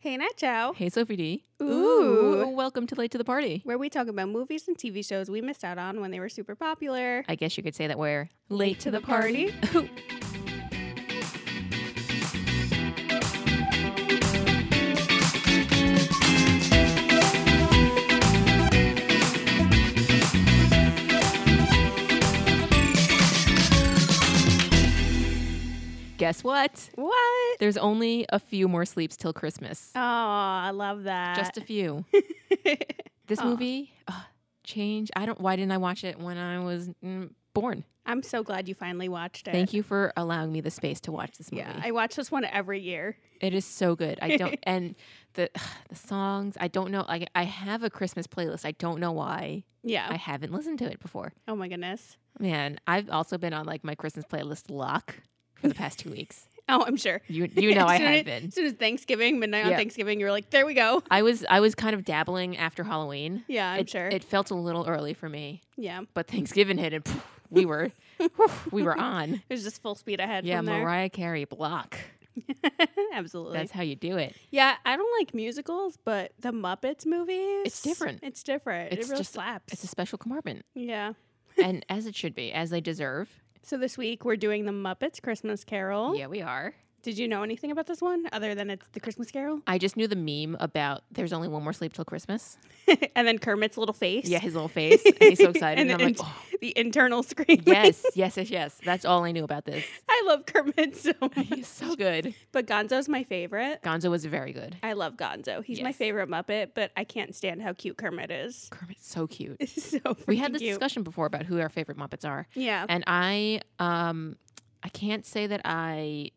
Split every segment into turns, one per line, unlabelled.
Hey, Nat Chow,
Hey, Sophie D.
Ooh.
welcome to Late to the Party.
where we talk about movies and TV shows we missed out on when they were super popular.
I guess you could say that we're late to
the party.
Ooh. Guess what?
What?
There's only a few more sleeps till Christmas.
Oh, I love that.
Just a few. This
Aw.
movie ugh, changed. I don't. Why didn't I watch it when I was mm, born?
I'm so glad you finally watched it.
Thank you for allowing me the space to watch this movie.
Yeah, I watch this one every year.
it is so good. I don't and the ugh, the songs. I don't know. I I have a Christmas playlist. I don't know why I
Yeah.
haven't listened to it before.
Oh my goodness.
Man, I've also been on like my Christmas playlist lock for the past two weeks.
Oh, I'm sure.
You you know
As
I
soon as-
have been.
As soon as Thanksgiving, midnight on
Yeah.
Thanksgiving, you were like, there we go.
I was I was kind of dabbling after Halloween.
Yeah, I'm
it,
sure.
It felt a little early for me,
yeah. It
but Thanksgiving hit and phew, we were whew, we were on.
was just full speed ahead
Yeah,
from there.
Mariah Carey block.
Absolutely.
That's how you do it.
yeah, I don't like musicals, but the Muppets movies.
different.
It's different.
It's
it really
just-
slaps.
It's a special compartment,
yeah.
and as it should be, as they deserve.
So this week we're doing the Muppets Christmas Carol.
Yeah, we are.
Did you know anything about this one other than it's the Christmas Carol?
I just knew the meme about there's only one more sleep till Christmas.
and then Kermit's little face.
Yeah, his little face. and he's so excited.
And
and
the,
I'm like,
int-
"Oh,
the internal scream.
yes, yes, yes, yes. That's all I knew about this.
I love Kermit so much.
He's so good.
But Gonzo's my favorite.
Gonzo was very good.
I love Gonzo. He's my
Yes.
favorite Muppet, but I can't stand how cute Kermit is.
Kermit's so cute.
It's so
We had
freaking
this
cute.
discussion before about who our favorite Muppets are,
Yeah.
and I, um, I can't say that I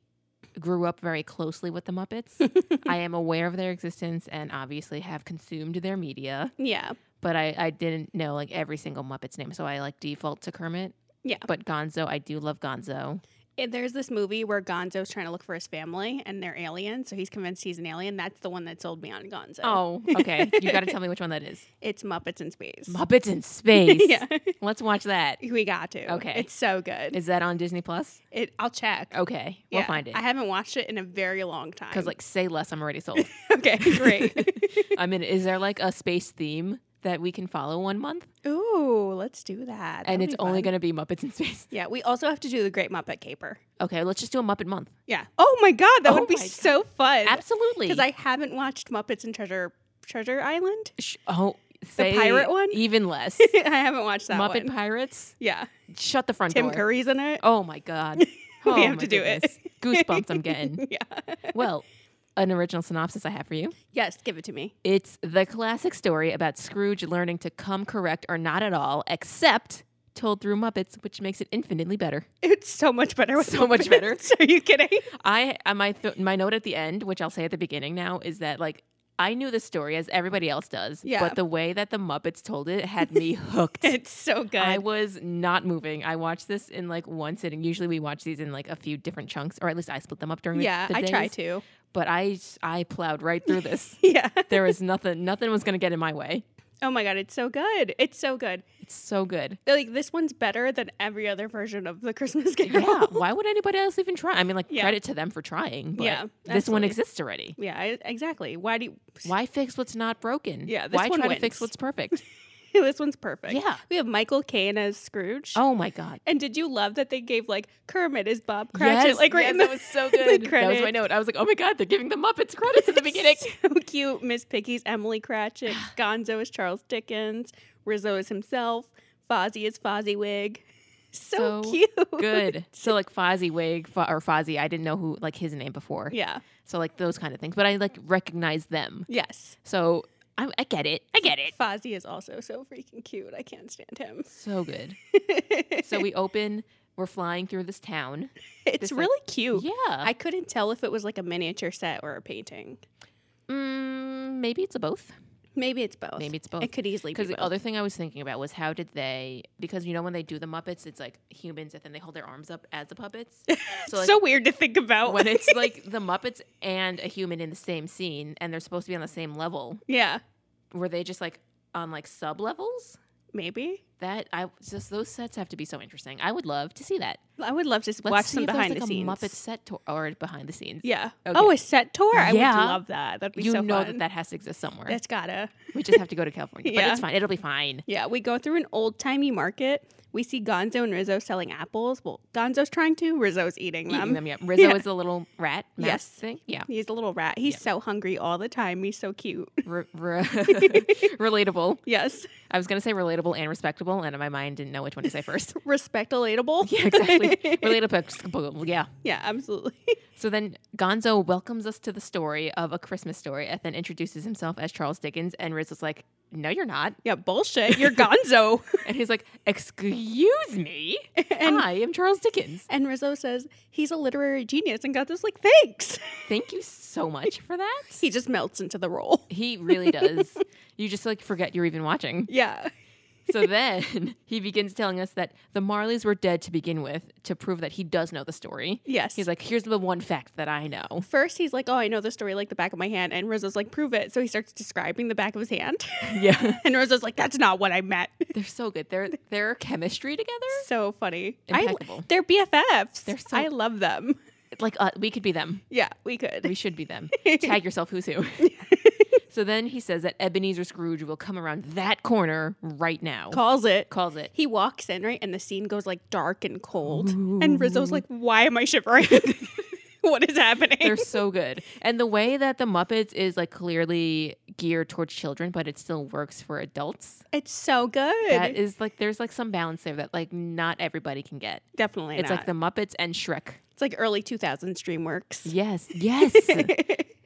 grew up very closely with the Muppets. I am aware of their existence and obviously have consumed their media,
yeah.
but I, I didn't know like every single Muppet's name, so I like default to Kermit.
Yeah.
But Gonzo, I do love Gonzo.
And there's this movie where Gonzo's trying to look for his family and they're aliens, so he's convinced he's an alien. That's the one that sold me on Gonzo.
Oh, okay. You got to tell me which one that is.
It's Muppets in Space.
Muppets in Space.
yeah.
Let's watch that.
We got to.
Okay.
It's so good.
Is that on Disney Plus?
it I'll check.
Okay, Oh, we'll
Yeah.
find it.
I haven't watched it in a very long time.
Because like, say less. I'm already sold.
okay, great.
I mean, is there like a space theme that we can follow one month,
Ooh, let's do that. That'll
and it's
be
only
fun.
going to be Muppets in Space?
Yeah, we also have to do the Great Muppet Caper.
Okay, let's just do a Muppet month.
Yeah. Oh my god, that
Oh
would be
my God.
so fun.
Absolutely.
Because I haven't watched Muppets and Treasure Treasure Island.
Sh- oh say
pirate one?
even less.
I haven't watched that
Muppet
one.
Pirates.
yeah.
Shut the front
Tim
door.
Curry's in it.
Oh my god. Oh,
have
my
to do it.
goodness. Goosebumps I'm getting.
Yeah.
Well, an original synopsis I have for you.
Yes, give it to me.
It's the classic story about Scrooge learning to come correct or not at all, except told through Muppets, which makes it infinitely better.
It's so much better. With
So much
Muppets.
better.
Are you kidding?
I uh, my th- my note at the end, which I'll say at the beginning now, is that like I knew the story as everybody else does,
Yeah.
but the way that the Muppets told it had me hooked.
It's so good.
I was not moving. I watched this in like one sitting. Usually we watch these in like a few different chunks, or at least I split them up during the-
yeah,
the
I
days.
try to.
But I I plowed right through this.
Yeah.
there was nothing nothing was going to get in my way.
Oh my god, it's so good. It's so good.
It's so good.
Like this one's better than every other version of the Christmas Carol.
Yeah. Why would anybody else even try? I mean, like
Yeah.
credit to them for trying. But
Yeah,
This one
absolutely.
exists already.
Yeah, I- exactly. Why do you,
Why fix what's not broken?
Yeah, this
Why
one
try to fix
wins.
what's perfect?
this one's perfect?
Yeah.
we have Michael Caine as Scrooge.
oh my god.
And did you love that they gave like Kermit is Bob Cratchit?
Yes,
like right
yes,
in the,
that was so
the
good. That was my
credits.
note. I was like, oh my god, they're giving the Muppets credits at the beginning.
So cute. Miss Piggy's Emily Cratchit. Gonzo is Charles Dickens. Rizzo is himself. Fozzie is Fozziewig. So,
So
cute.
good. So like Fozzie Wig Fo- or Fozzie, I didn't know who like his name before.
Yeah.
So like those kind of things, but I like recognize them.
Yes.
So I, I get it. I get it.
Fozzie is also so freaking cute. I can't stand him.
So good. so we open. We're flying through this town.
It's
This, like-
really cute.
Yeah.
I couldn't tell if it was like a miniature set or a painting.
mm, maybe it's a both.
Maybe it's both.
Maybe it's both.
It could easily be
Because
both.
the other thing I was thinking about was how did they? Because you know when they do the Muppets, it's like humans, and then they hold their arms up as the puppets. So like
so weird to think about.
when it's like the Muppets and a human in the same scene, and they're supposed to be on the same level,
yeah.
were they just like on like sub levels?
Maybe
That I just those sets have to be so interesting. I would love to see that.
I would love to s-
Let's
watch
see
some
if there's,
behind the
like
scenes.
a Muppet set tour or behind the scenes.
Yeah.
Okay.
Oh, a set tour. I
Yeah.
would love that. That'd be
you
so
know
fun.
that that has to exist somewhere.
That's gotta.
we just have to go to California, but
Yeah.
it's fine. It'll be fine.
Yeah, we go through an old timey market. We see Gonzo and Rizzo selling apples. Well, Gonzo's trying to. Rizzo's eating them.
Eating them, yeah. Rizzo
Um, yeah.
is a little rat. mask
Yes.
thing. Yeah.
He's a little rat. He's so hungry all the time. He's so cute.
R- r- relatable.
Yes,
I was gonna say relatable and respectable, and my mind didn't know which one to say first.
respect relatable.
yeah, exactly. relatable. Yeah.
Yeah, absolutely.
So then Gonzo welcomes us to the story of a Christmas story and then introduces himself as Charles Dickens. And Rizzo's like, No, you're not.
Yeah, bullshit. You're Gonzo.
And he's like, Excuse me.
And-
I am Charles Dickens.
and Rizzo says he's a literary genius, and Gonzo's like, thanks.
Thank you so much for that.
He just melts into the role.
He really does. you just like forget you're even watching.
Yeah.
So then he begins telling us that the Marleys were dead to begin with to prove that he does know the story.
Yes.
He's like, Here's the one fact that I know.
First, he's like, "Oh, I know the story like the back of my hand," and Rizzo's like, "Prove it." So he starts describing the back of his hand,
Yeah.
and Rizzo's like, "That's not what I meant."
They're so good. Their their chemistry together,
So funny. I,
Impeccable.
they're BFFs.
They're so-
I love them.
like uh, we could be them.
Yeah, we could.
We should be them. Tag yourself who's who. so then he says that Ebenezer Scrooge will come around that corner right now.
Calls it.
Calls it.
He walks in right, and the scene goes like dark and cold, and Rizzo's like, "Why am I shivering? what is happening?"
They're so good. And the way that the Muppets is like clearly geared towards children, but it still works for adults.
it's so good.
That is like there's like some balance there that like not everybody can get.
Definitely,
It's like the Muppets and Shrek.
it's like early two thousands DreamWorks.
Yes. Yes.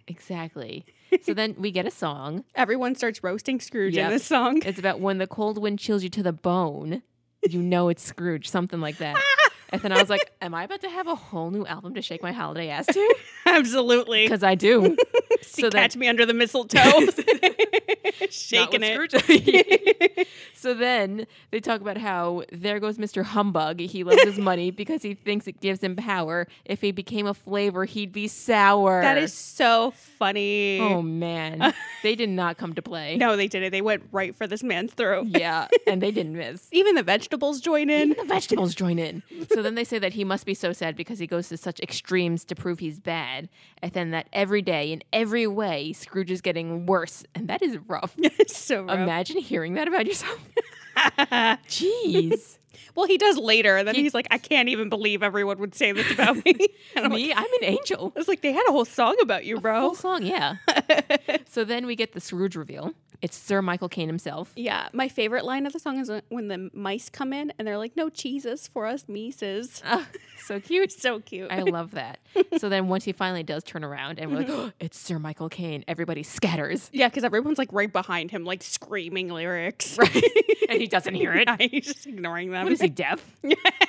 exactly. So then we get a song.
Everyone starts roasting Scrooge
Yep.
in this song.
It's about when the cold wind chills you to the bone, you know it's Scrooge, something like that. and then I was like, Am I about to have a whole new album to shake my holiday ass to?
Absolutely.
Because I do.
See,
So then-
catch me under the mistletoe.
Not
Shaking
with
it.
Scrooge. so then they talk about how there goes Mr. Humbug. He loves his money because he thinks it gives him power. If he became a flavor, he'd be sour.
That is so funny.
Oh man. they did not come to play.
No, they did it. They went right for this man's throat.
Yeah. And they didn't miss.
Even the vegetables join in.
the vegetables join in. So then they say that he must be so sad because he goes to such extremes to prove he's bad, and then that every day in every way Scrooge is getting worse, and that is rough.
so rough.
Imagine hearing that about yourself. Jeez,
well, he does later. Then he's like, I can't even believe everyone would say this about me. and I'm like,
me, I'm an angel.
I was like, they had a whole song about you,
Whole
bro.
song, yeah. so then we get the Scrooge reveal. It's Sir Michael Caine himself.
Yeah, my favorite line of the song is when the mice come in and they're like, "No cheeses for us, Mises."
Ah, so cute.
So cute.
I love that. So then once he finally does turn around and we're like, oh, it's Sir Michael Caine, everybody scatters.
yeah, because everyone's like right behind him, like screaming lyrics.
And he doesn't hear it.
Yeah, he's just ignoring them.
What is he deaf?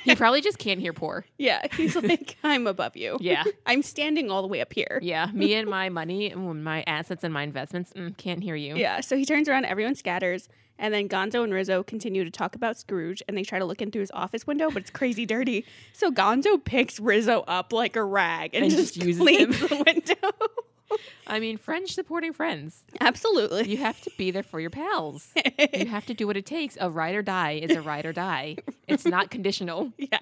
he probably just can't hear poor.
Yeah, he's like, I'm above you.
Yeah.
I'm standing all the way up here.
Yeah, me and my money, mm, my assets and my investments mm, can't hear you.
Yeah, so he turns around, everyone scatters, and then Gonzo and Rizzo continue to talk about Scrooge, and they try to look in through his office window, but it's crazy dirty. So Gonzo picks Rizzo up like a rag and,
And
just,
just uses
cleans the window.
I mean, friends supporting friends.
Absolutely.
You have to be there for your pals. you have to do what it takes. A ride or die is a ride or die. It's not conditional.
Yeah.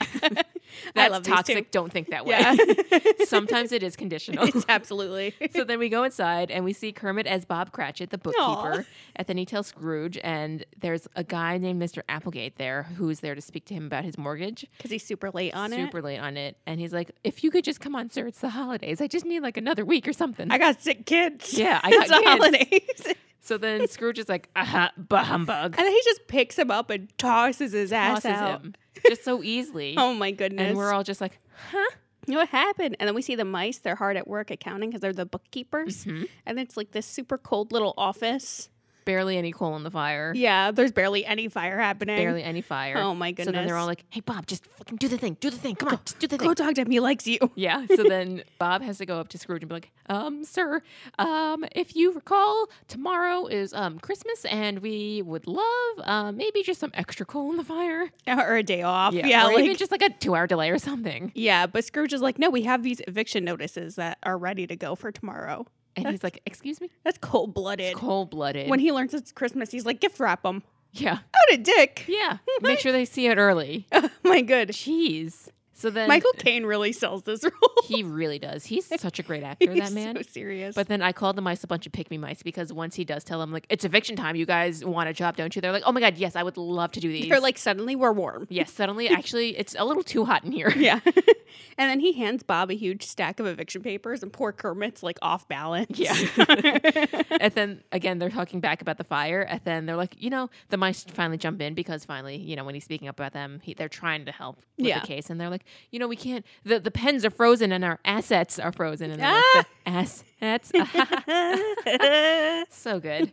That's
love these
toxic.
two.
Don't think that way.
Yeah.
Sometimes it is conditional.
it's absolutely.
So then we go inside and we see Kermit as Bob Cratchit, the bookkeeper. And then he tells Scrooge, and there's a guy named Mr. Applegate there who's there to speak to him about his mortgage.
Because he's super late on it.
super late on it. And he's like, if you could just come on, sir, it's the holidays. I just need like another week or something.
I got sick kids.
Yeah, I got
it's the
kids.
holidays.
so then Scrooge is like, aha, bah humbug.
And then he just picks him up and tosses his ass
Tosses
out.
him just so easily.
Oh my goodness.
and we're all just like, huh?
you know what happened? And then we see the mice. They're hard at work accounting because they're the bookkeepers.
Mm-hmm.
And it's like this super cold little office.
Barely any coal in the fire.
Yeah, there's barely any fire happening.
Barely any fire.
Oh my
So then
goodness.
they're all like, hey, Bob, just fucking do the thing. Do the thing. Come on, just do the thing.
Go talk to him. He likes you.
Yeah. So then Bob has to go up to Scrooge and be like, um, sir, um, if you recall, tomorrow is um Christmas and we would love uh, maybe just some extra coal in the fire.
or a day off. Yeah,
or
like,
even just like a two hour delay or something.
yeah. But Scrooge is like, no, we have these eviction notices that are ready to go for tomorrow.
And he's like, excuse me?
That's cold blooded.
Cold blooded.
When he learns it's Christmas, he's like, gift wrap them.
Yeah.
Out a dick.
Yeah. Make sure they see it early.
Oh my good.
Jeez. So then
Michael Caine really sells this role.
he really does. He's such a great actor, that
He's
man.
so serious.
But then I called the mice a bunch of pick me mice because once he does tell them like it's eviction time, you guys want a job, don't you? They're like, oh my god, yes, I would love to do these.
they're like suddenly we're warm.
yes, suddenly actually it's a little too hot in here.
Yeah. and then he hands Bob a huge stack of eviction papers, and poor Kermit's like off balance.
Yeah. and then again, they're talking back about the fire. And then they're like, you know, the mice finally jump in because finally, you know, when he's speaking up about them, he, they're trying to help with
Yeah.
the case. And they're like, you know, we can't, the, the pens are frozen and our assets are frozen. And they're
Ah!
like, the assets. so good.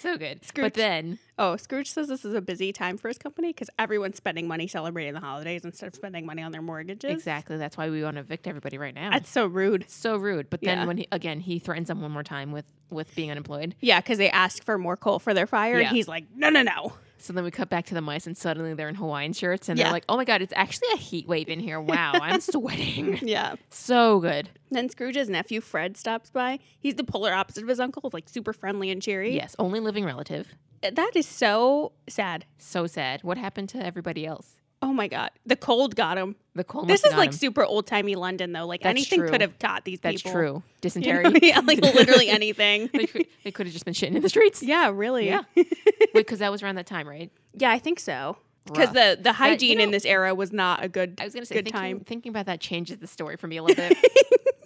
So good.
Scrooge.
But then,
oh, Scrooge says this is a busy time for his company because everyone's spending money celebrating the holidays instead of spending money on their mortgages.
exactly, that's why we want to evict everybody right now.
That's so rude.
so rude. But then
Yeah.
when he, again, he threatens them one more time with, with being unemployed.
Yeah, because they ask for more coal for their fire,
Yeah.
and he's like, no, no, no.
So then we cut back to the mice, and suddenly they're in Hawaiian shirts, and
Yeah.
they're like, "Oh my god, it's actually a heat wave in here! Wow, I'm sweating.
Yeah.
So good.
Then Scrooge's nephew Fred stops by. He's the polar opposite of his uncle, like super friendly and cheery.
Yes, only living relative.
That is so sad.
So sad. What happened to everybody else?
Oh my god. The cold got him.
The cold.
This
must
is
have got
like
him.
super old timey London though. Like
That's
anything
true.
could have caught these
that's
people.
true.
You
Dysentery.
know? yeah, like literally anything.
they, could, they could have just been shitting in the streets.
yeah, really.
Yeah. Wait, because that was around that time, right?
Yeah, I think so. Because
Rough.
the the hygiene in
know-
this era was not a good.
I was gonna say
good
thinking,
time.
thinking about that changes the story for me a little bit.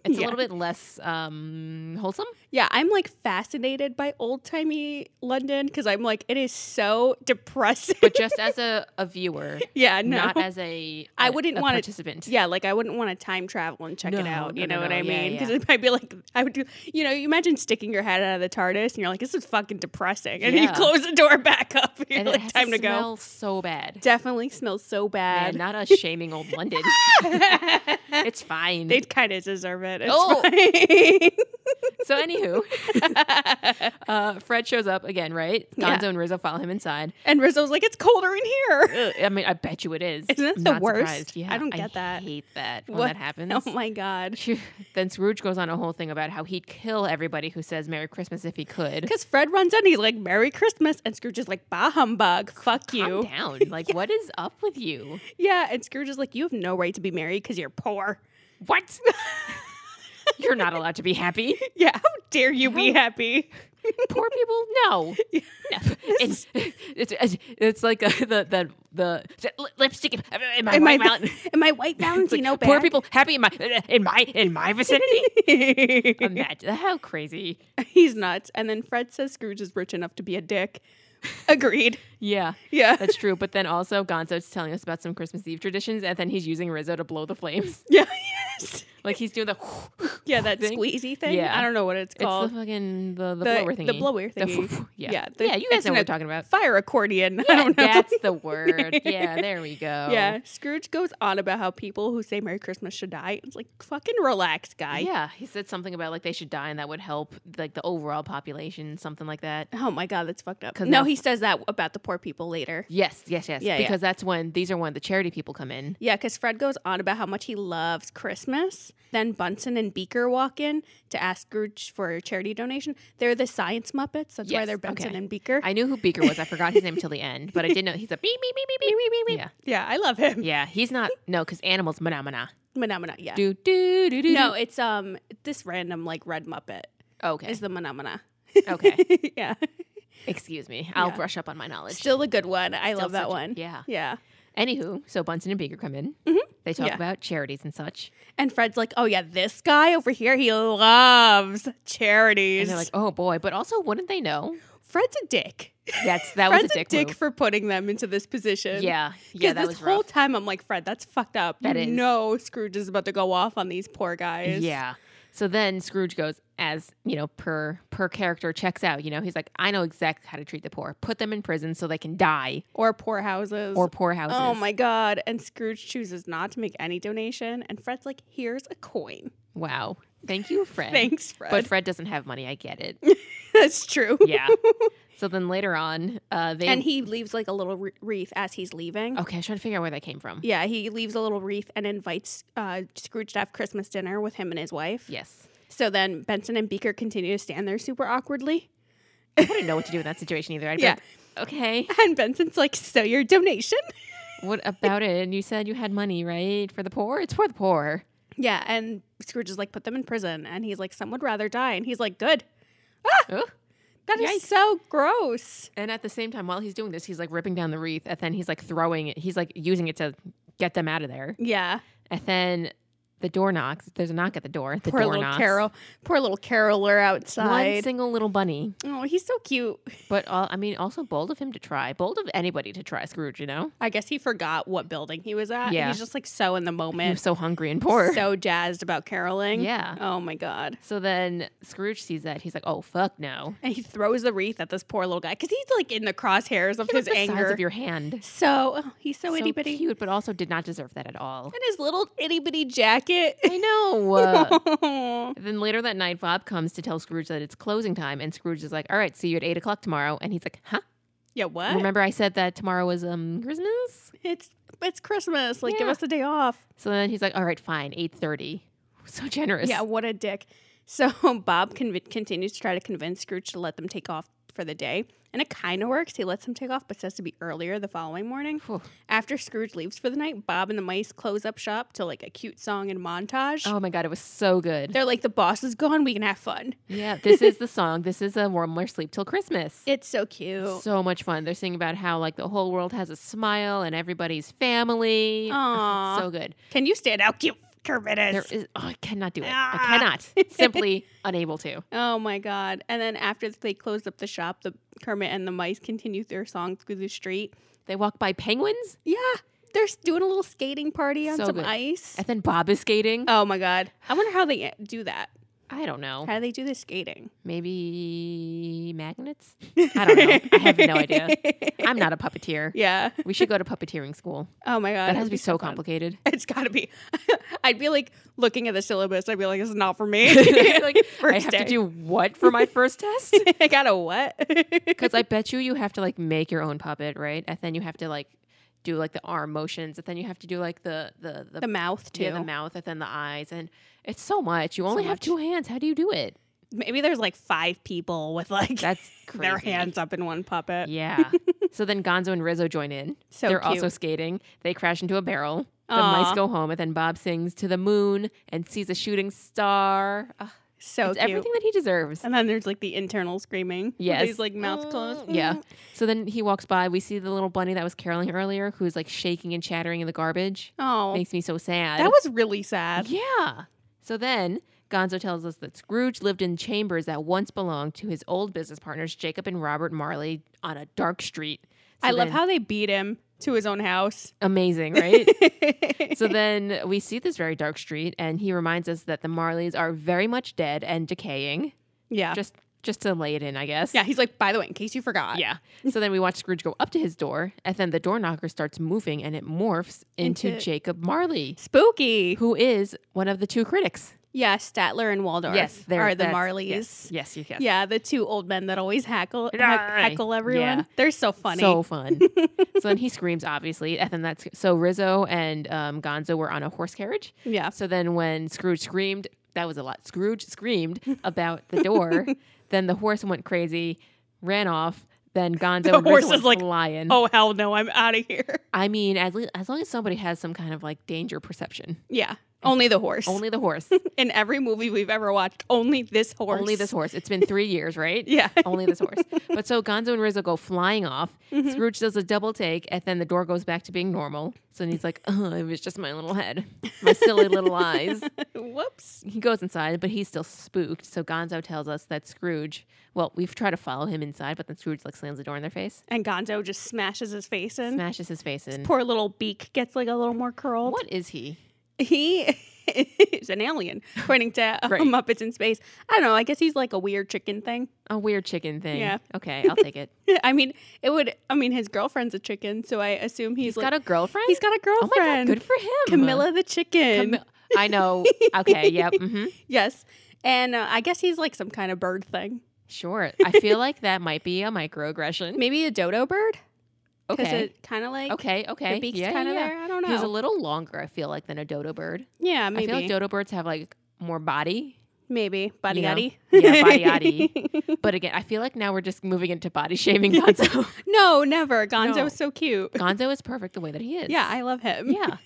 It's
Yeah.
a little bit less um, wholesome.
Yeah, I'm like fascinated by old timey London because I'm like it is so depressing.
But just as a, a viewer,
yeah, no.
not as a
I
a-
wouldn't
a
want it-
participant.
Yeah, like I wouldn't want to time travel and check it
No,
out.
no,
you know
no,
what
no,
I
yeah,
mean? Because
yeah.
it might be like I would do. You know, you imagine sticking your head out of the TARDIS and you're like, "This is fucking depressing," and you
Yeah.
close the door back up. And you're
and
like,
it has
"Time to go."
smell so bad.
Definitely smells so
And
bad.
not us shaming old London. it's fine.
they kind of deserve it. It's
Oh.
fine.
so anywho, uh, Fred shows up again, right?
Yeah.
Gonzo and Rizzo follow him inside.
and Rizzo's like, "It's colder in here."
Ugh, I mean, I bet you it is.
Isn't that
I'm
the
not
worst?
surprised. Yeah,
I don't get that.
Hate that when
What-
that happens.
Oh my god.
then Scrooge goes on a whole thing about how he'd kill everybody who says Merry Christmas if he could.
Because Fred runs in, he's like, "Merry Christmas," and Scrooge is like, "Bah humbug, fuck
Calm
you."
down. Like, what is up with you?
Yeah, and Scrooge is like, "You have no right to be merry because you're poor."
What? You're not allowed to be happy.
Yeah, how dare you be happy?
poor people no, No. It's, it's it's it's like uh the the the li- lipstick in uh, in my,
Am I
white mountain.
am I white
It's like,
Valentino bag?
poor people happy in my uh, in my in my vicinity
people.
imagine how crazy
He's nuts. And then Fred says Scrooge is rich enough to be a dick. Agreed.
yeah
Yeah.
that's true but then also gonzo's telling us about some christmas eve traditions and then he's using rizzo to blow the flames
yeah. Yes.
like he's doing the
Yeah, that
Thing?
squeezy thing.
Yeah.
I don't know what it's
it's the
called.
fucking the, the,
The-
blower
the
thingy
blower thingy. Yeah,
yeah yeah,
the-
you guys
it's
know
an
what
ac-
we're talking about
Fire accordion. I don't know.
that's oh. the word yeah there we go
yeah. Scrooge goes on about how people who say Merry Christmas should die. It's like fucking relax, guy.
Yeah, he said something about like they should die and that would help like the overall population, something like that.
Oh my god, that's fucked up.
'Cause
No,
now-
he says that about the poor people later.
Yes, yes, yes.
Yeah, yeah.
because that's when these are when the charity people come in.
Yeah, because Fred goes on about how much he loves Christmas. Then Bunsen and Beaker walk in to ask Scrooge for a charity donation. They're the science Muppets. That's why
Yes,
they're Bunsen
okay.
and Beaker.
I knew who Beaker was. I forgot his name till the end, but I did know he's a beep beep beep beep beep beep beep. beep. Yeah,
yeah, I love him.
yeah. He's not no because animals mana mana.
Manamana, yeah.
Do do do do.
No, it's um this random like red Muppet
do. okay,
is the Manamana.
okay.
yeah.
Excuse me. I'll
Yeah.
brush up on my knowledge.
Still a good one. I love that
such a-
one.
yeah.
Yeah.
Anywho, so Bunsen and Beaker come in. They talk
Yeah.
about charities and such,
And Fred's like, oh yeah, this guy over here, he loves charities.
and they're like, "Oh boy!" But also, wouldn't they know?
Fred's a dick.
That's that
Fred's
was a dick, move.
for putting them into this position.
yeah, yeah.
Because
That
this
was
whole
rough.
time I'm like, Fred, that's fucked up.
That
you
is.
know Scrooge is about to go off on these poor guys.
Yeah. So then Scrooge goes, as you know, per per character checks out. You know, he's like, I know exactly how to treat the poor. Put them in prison so they can die
Or poor houses.
or poor houses.
Oh my god. And Scrooge chooses not to make any donation. And Fred's like, here's a coin.
Wow. Thank you, Fred.
Thanks, Fred.
But Fred doesn't have money. I get it.
That's true.
Yeah. so then later on, uh, they
And he leaves like a little wre- wreath as he's leaving.
okay. I was trying to figure out where that came from.
Yeah, he leaves a little wreath and invites uh, Scrooge to have Christmas dinner with him and his wife.
Yes.
So then Benson and Beaker continue to stand there super awkwardly.
I wouldn't know what to do in that situation either. I'd be
Yeah.
like, okay,
And Benson's like, so your donation?
what about it? And you said you had money, right? For the poor? It's for the poor.
Yeah. And Scrooge is like, put them in prison. And he's like, some would rather die. And he's like, good.
Ugh.
That is
Yikes.
so gross.
And at the same time, while he's doing this, he's like ripping down the wreath, and then he's like throwing it. He's like using it to get them out of there.
Yeah.
And then the door knocks. There's a knock at the door. The
poor
door
little
knocks.
Carol. Poor little Caroler
One
outside.
single little bunny.
oh, he's so cute.
But all, I mean, also bold of him to try. Bold of anybody to try Scrooge, you know?
I guess he forgot what building he was at.
Yeah.
He's just like so in the
He was
moment.
so hungry and poor.
So jazzed about caroling.
Yeah.
Oh my God.
So then Scrooge sees that. He's like, oh, fuck no.
And he throws the wreath at this poor little guy because he's like in the crosshairs of
He was
his
the
anger.
size of your hand.
so oh, he's so,
So
itty bitty.
cute, but also did not deserve that at all.
And his little itty bitty jacket.
I know. Uh,
Aw.
then later that night, Bob comes to tell Scrooge that it's closing time, and Scrooge is like, all right, see you at 8 o'clock tomorrow. And he's like, huh?
yeah, what?
Remember I said that tomorrow was um Christmas?
It's it's Christmas. Like, give
Yeah.
us a day off.
So then he's like, all right, fine, 8.30. So generous.
Yeah, what a dick. So Bob conv- continues to try to convince Scrooge to let them take off for the day, and it kind of works. He lets them take off, but says to be earlier the following morning.
Phew.
After Scrooge leaves for the night, Bob and the mice close up shop to like a cute song and montage.
Oh my God, it was so good.
They're like, the boss is gone. We can have fun.
Yeah, this is the song. This is a Warmler Sleep Till Christmas.
It's so cute.
so much fun. They're singing about how like the whole world has a smile and everybody's family.
Aw.
so good.
can you stand out cute Kermit is?
There is oh, I cannot do it.
Ah.
I cannot. Simply unable to.
Oh my god! And then after they close up the shop, the Kermit and the mice continue their song through the street.
They walk by penguins
Yeah, they're s- doing a little skating party on
So
some
good.
ice.
and then Bob is skating.
Oh my god! I wonder how they eh, do that.
I don't know.
How do they do the skating?
Maybe magnets? I don't know. I have no idea. I'm not a puppeteer.
Yeah.
We should go to puppeteering school.
Oh my god!
That
it
has
would
to be so
fun.
complicated.
It's gotta be. I'd be like looking at the syllabus. I'd be like, "This is not for me."
like I
First
have
day.
to do what for my first test?
I got a what?
Because I bet you you have to like make your own puppet, right? And then you have to like do like the arm motions, and then you have to do like the the the,
the mouth too.
yeah, the mouth, and then the eyes, and it's so much. You only have
much.
two hands. How do you do it?
Maybe there's like five people with like
That's crazy.
their hands up in one puppet.
Yeah. so then Gonzo and Rizzo join in.
So
They're also
cute.
skating. They crash into a barrel. The
Aw.
mice go home, and then Bob sings to the moon and sees a shooting star. Ugh,
So
it's
cute.
everything that he deserves.
And then there's like the internal screaming. with
Yes.
These like mouth closed.
Yeah. So then he walks by. We see the little bunny that was caroling earlier, who's like shaking and chattering in the garbage.
Oh.
Makes me so sad.
That was really sad.
yeah. So then Gonzo tells us that Scrooge lived in chambers that once belonged to his old business partners Jacob and Robert Marley on a dark street. So
I love
then-
how they beat him to his own house.
amazing, right? so then we see this very dark street, and he reminds us that the Marleys are very much dead and decaying.
yeah.
Just just to lay it in, I guess.
yeah. He's like, by the way, in case you forgot.
Yeah. So then we watch Scrooge go up to his door, and then the door knocker starts moving and it morphs into,
Into-
Jacob Marley,
Spooky.
who is one of the two critics.
Yeah. Statler and Waldorf
there-
are the
that's-
Marleys.
Yes, yes, yes. yes.
Yeah. The two old men that always heckle, heck-
Yeah.
heckle everyone.
Yeah.
They're so funny.
So fun. so then he screams, obviously. And then that's so Rizzo and um, Gonzo were on a horse carriage.
yeah.
So then when Scrooge screamed, that was a lot. Scrooge screamed about the door. then the horse went crazy, ran off. Then Gonzo
The
and Rizzo
horse
went
is like,
flying.
Oh, hell no. I'm out of here.
I mean, as, le- as long as somebody has some kind of like danger perception.
Yeah. Only the horse.
Only the horse.
in every movie we've ever watched, only this horse.
Only this horse. It's been three years, right?
Yeah.
Only this horse. But so Gonzo and Rizzo go flying off.
Mm-hmm.
Scrooge does a double take, and then the door goes back to being normal. So then he's like, oh, it was just my little head, my silly little eyes.
Whoops.
He goes inside, but he's still spooked. So Gonzo tells us that Scrooge, well, we've tried to follow him inside, but then Scrooge like slams the door in their face,
And Gonzo just smashes his face in.
smashes his face in.
Mm-hmm. Poor little beak gets like a little more curled.
What is he?
He is an alien, according to um,
Great.
Muppets in Space. I don't know. I guess he's like a weird chicken thing.
A weird chicken thing.
Yeah.
Okay, I'll take it.
I mean, it would. I mean, his girlfriend's a chicken, so I assume he's,
He's
like
got a girlfriend?
he's got a
Oh my God,
girlfriend.
good for him.
Camilla the chicken.
Cami- I know. Okay, yep. hmm
yes, and uh, I guess he's like some kind of bird thing.
Sure. I feel like that might be a microaggression.
Maybe a dodo bird. Because
Okay.
it kind of like
okay. Okay.
the beak's
Yeah,
kind of
yeah, yeah.
there. I don't know.
He's a little longer, I feel like, than a dodo bird.
yeah,
I
maybe.
feel like dodo birds have like more body.
Maybe. Body
You know?
yaddy.
Yeah, body yaddy. But again, I feel like now we're just moving into body shaming Gonzo.
no, never. Gonzo's
No.
so cute.
Gonzo is perfect the way that he is.
Yeah, I love him.
yeah.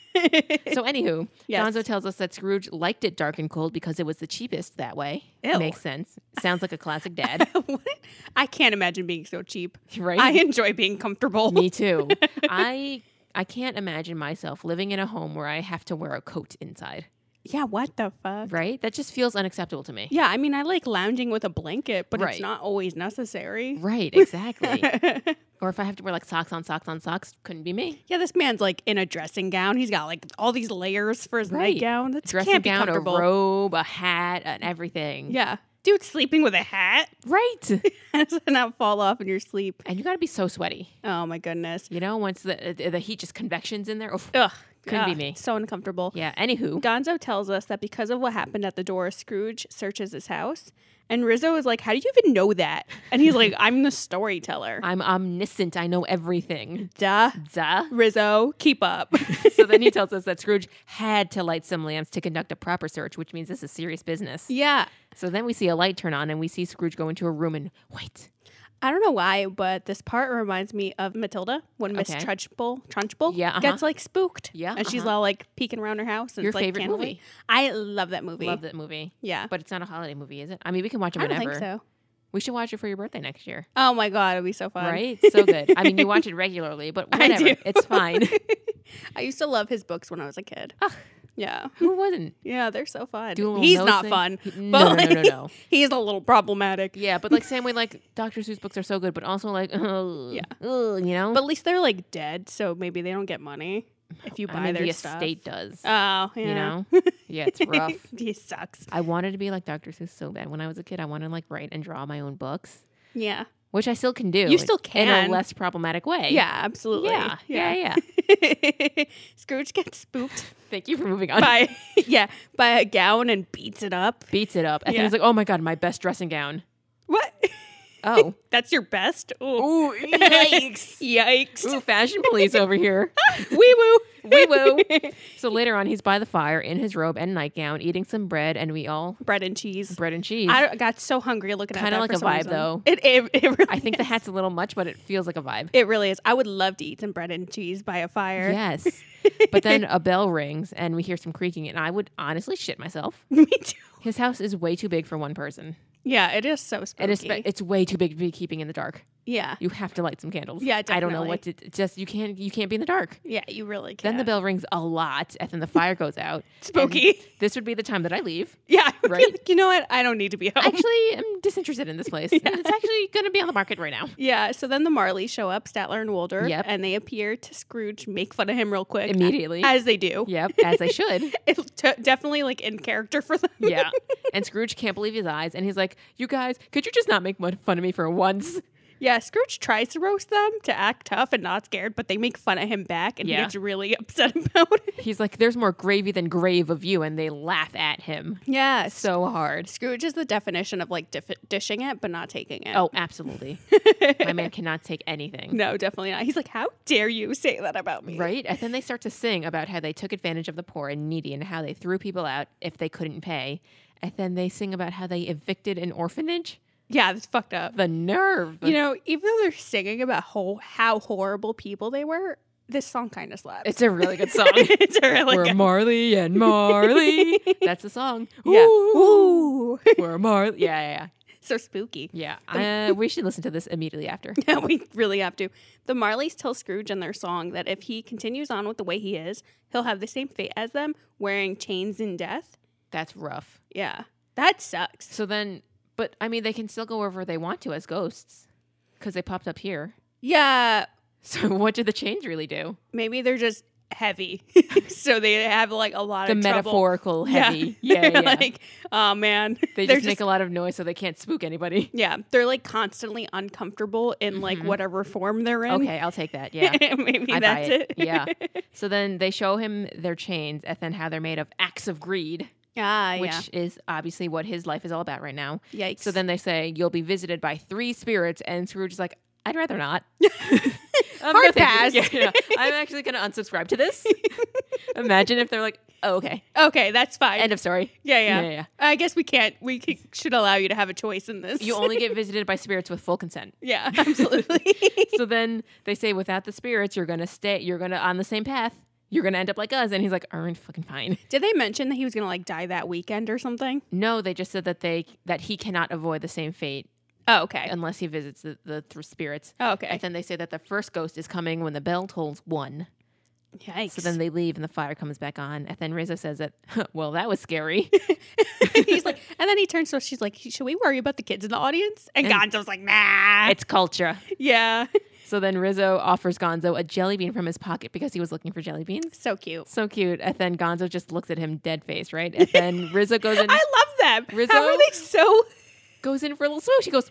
So anywho,
Yes.
Gonzo tells us that Scrooge liked it dark and cold because it was the cheapest that way.
Ew.
Makes sense. Sounds like a classic dad,
what? I can't imagine being so cheap.
right?
I enjoy being comfortable.
Me too. I I can't imagine myself living in a home where I have to wear a coat inside.
Yeah, what the fuck?
Right? That just feels unacceptable to me.
Yeah, I mean, I like lounging with a blanket, but
Right.
it's not always necessary.
Right, exactly.
yeah,
or if I have to wear like socks on socks on socks, couldn't be me.
this man's like in a dressing gown. He's got like all these layers for his
Right.
nightgown. That
Dressing
can't be
gown, a
comfortable.
robe, a hat, and everything.
Yeah. Dude, sleeping with a hat?
Right.
How does it not fall off in your sleep?
and you got to be so sweaty.
Oh my goodness.
You know, once the uh, the the heat just convections in there. Oof.
Ugh.
Couldn't be
Ugh,
me.
So uncomfortable.
Yeah. Anywho,
Gonzo tells us that because of what happened at the door, Scrooge searches his house. And Rizzo is like, How do you even know that? And he's like, I'm the storyteller.
I'm omniscient. I know everything.
Duh.
Duh.
Rizzo, keep up.
so then he tells us that Scrooge had to light some lamps to conduct a proper search, which means this is serious business.
yeah.
So then we see a light turn on and we see Scrooge go into a room and wait.
I don't know why, but this part reminds me of Matilda when Miss
Okay.
Trunchbull, Trunchbull
Yeah, uh-huh.
gets like spooked.
Yeah,
And she's
uh-huh.
all like peeking around her house. And
Your
it's, like,
favorite
candlelit.
movie.
I love that movie.
Love that movie.
Yeah.
But it's not a holiday movie, is it? I mean, we can watch it
I don't
whenever.
think so.
We should watch it for your birthday next year.
Oh my God, it'd be so fun.
Right? So good. I mean, you watch it regularly, but
I
whatever.
do.
It's fine.
I used to love his books when I was a kid.
Ah.
Yeah.
Who wouldn't?
Yeah, they're so fun.
Do a little
He's
nose
not
thing.
fun.
He-
but
no, no, no,
like,
no.
He's a little problematic.
Yeah, but like same way, like Dr. Seuss books are so good, but also like, ugh,
Yeah.
ugh, you know.
But at least they're like dead, so maybe they don't get money if you buy
I mean,
their
the
stuff.
estate does,
Oh, yeah.
you know. yeah, it's rough.
he sucks.
I wanted to be like Dr. Seuss so bad. When I was a kid, I wanted to like write and draw my own books,
Yeah.
which I still can do.
You still
in
can.
a less problematic way.
Yeah, absolutely.
yeah, yeah, yeah.
yeah. Scrooge gets spooked
Thank you for moving on.
by yeah, by a gown and beats it up.
Beats it up, and
Yeah.
then he's like, "Oh my god, my best dressing gown."
What?
Oh,
That's your best? Ooh.
ooh, yikes!
Yikes.
ooh, fashion police over here.
Wee woo.
Wee woo. So later on, he's by the fire in his robe and nightgown, eating some bread, and we all
Bread and cheese.
bread and cheese.
I got so hungry looking at
Kinda
that
like
for
a
some
vibe,
reason.
though.
It, it, it really
I think the
is.
hat's a little much, but it feels like a vibe.
It really is. I would love to eat some bread and cheese by a fire.
Yes. but then a bell rings and we hear some creaking, and I would honestly shit myself.
Me too.
His house is way too big for one person.
Yeah, it is so spooky.
And it's, it's way too big to be keeping in the dark.
yeah.
You have to light some candles.
Yeah,
I don't know what to it's just you can't you can't be in the dark.
Yeah, you really can.
Then the bell rings a lot and then the fire goes out.
Spooky.
And This would be the time that I leave.
yeah. I would be
Right?
like, you know what? I don't need to be home.
Actually, I'm disinterested in this place. And It's actually going to be on the market right now.
yeah. So then the Marleys show up, Statler and Wolder,
Yep.
and they appear to Scrooge, make fun of him real quick.
Immediately.
As they do.
Yep, as I should.
It's t- definitely like in character for them.
Yeah. And Scrooge can't believe his eyes. And he's like, You guys, could you just not make mon- fun of me for once?
Yeah, Scrooge tries to roast them to act tough and not scared, but they make fun of him back, and
Yeah.
he gets really upset about it.
He's like, There's more gravy than grave of you. And they laugh at him
Yeah, so
so hard.
Scrooge is the definition of like diff- dishing it but not taking it.
Oh, absolutely. My man cannot take anything.
no, definitely not. He's like, how dare you say that about me?
Right? And then they start to sing about how they took advantage of the poor and needy and how they threw people out if they couldn't pay. And then they sing about how they evicted an orphanage.
Yeah, it's fucked up.
The nerve.
You know, even though they're singing about ho- how horrible people they were, this song kind of slaps.
it's a really good song.
it's a really
We're
good.
Marley and Marley. That's the song.
yeah.
Ooh.
Ooh.
We're Marley. Yeah, yeah, yeah.
so spooky.
Yeah, uh, we should listen to this immediately after.
Yeah, we really have to. The Marleys tell Scrooge in their song that if he continues on with the way he is, he'll have the same fate as them, wearing chains and death.
That's rough.
Yeah. That sucks.
So then, but I mean, they can still go wherever they want to as ghosts because they popped up here.
Yeah.
So what did the change really do?
Maybe they're just heavy. so they have like a lot
The
of trouble.
metaphorical heavy. Yeah, yeah.
They're
yeah.
like, oh man.
they
They're
just make a lot of noise so they can't spook anybody.
Yeah, they're like constantly uncomfortable in like whatever form they're in.
Mm-hmm. Okay, I'll take that. Yeah.
Maybe
I buy
that's
it.
it.
Yeah. So then they show him their chains and then how they're made of acts of greed,
ah, yeah.
which is obviously what his life is all about right now.
Yikes.
So then they say, You'll be visited by three spirits. And Scrooge is like, I'd rather not. Um,
Hard
thank you.
pass.
Yeah, yeah. I'm actually going to unsubscribe to this. Imagine if they're like, oh, okay,
Okay, that's fine.
end of story.
yeah, yeah,
yeah, yeah.
I guess we can't. We c- should allow you to have a choice in this.
You only get visited by spirits with full consent.
yeah, absolutely.
So then they say, without the spirits, you're going to stay, you're going to on the same path. You're gonna end up like us, and he's like, "Aren't fucking fine."
Did they mention that he was gonna like die that weekend or something?
No, they just said that they that he cannot avoid the same fate
Oh, okay.
unless he visits the, the th- spirits.
Oh,
And
okay.
then they say that the first ghost is coming when the bell tolls one.
Yikes.
So then they leave and the fire comes back on. And then Rizzo says that, well, that was scary.
he's like, and then he turns to us. She's like, should we worry about the kids in the audience? And,
And-
Gonzo's like, nah.
it's culture.
yeah.
So then Rizzo offers Gonzo a jelly bean from his pocket because he was looking for jelly beans.
So cute.
So cute. And then Gonzo just looks at him dead face, right? And then Rizzo goes in
I love them.
Rizzo?
How are they so
goes in for a little smoke. She goes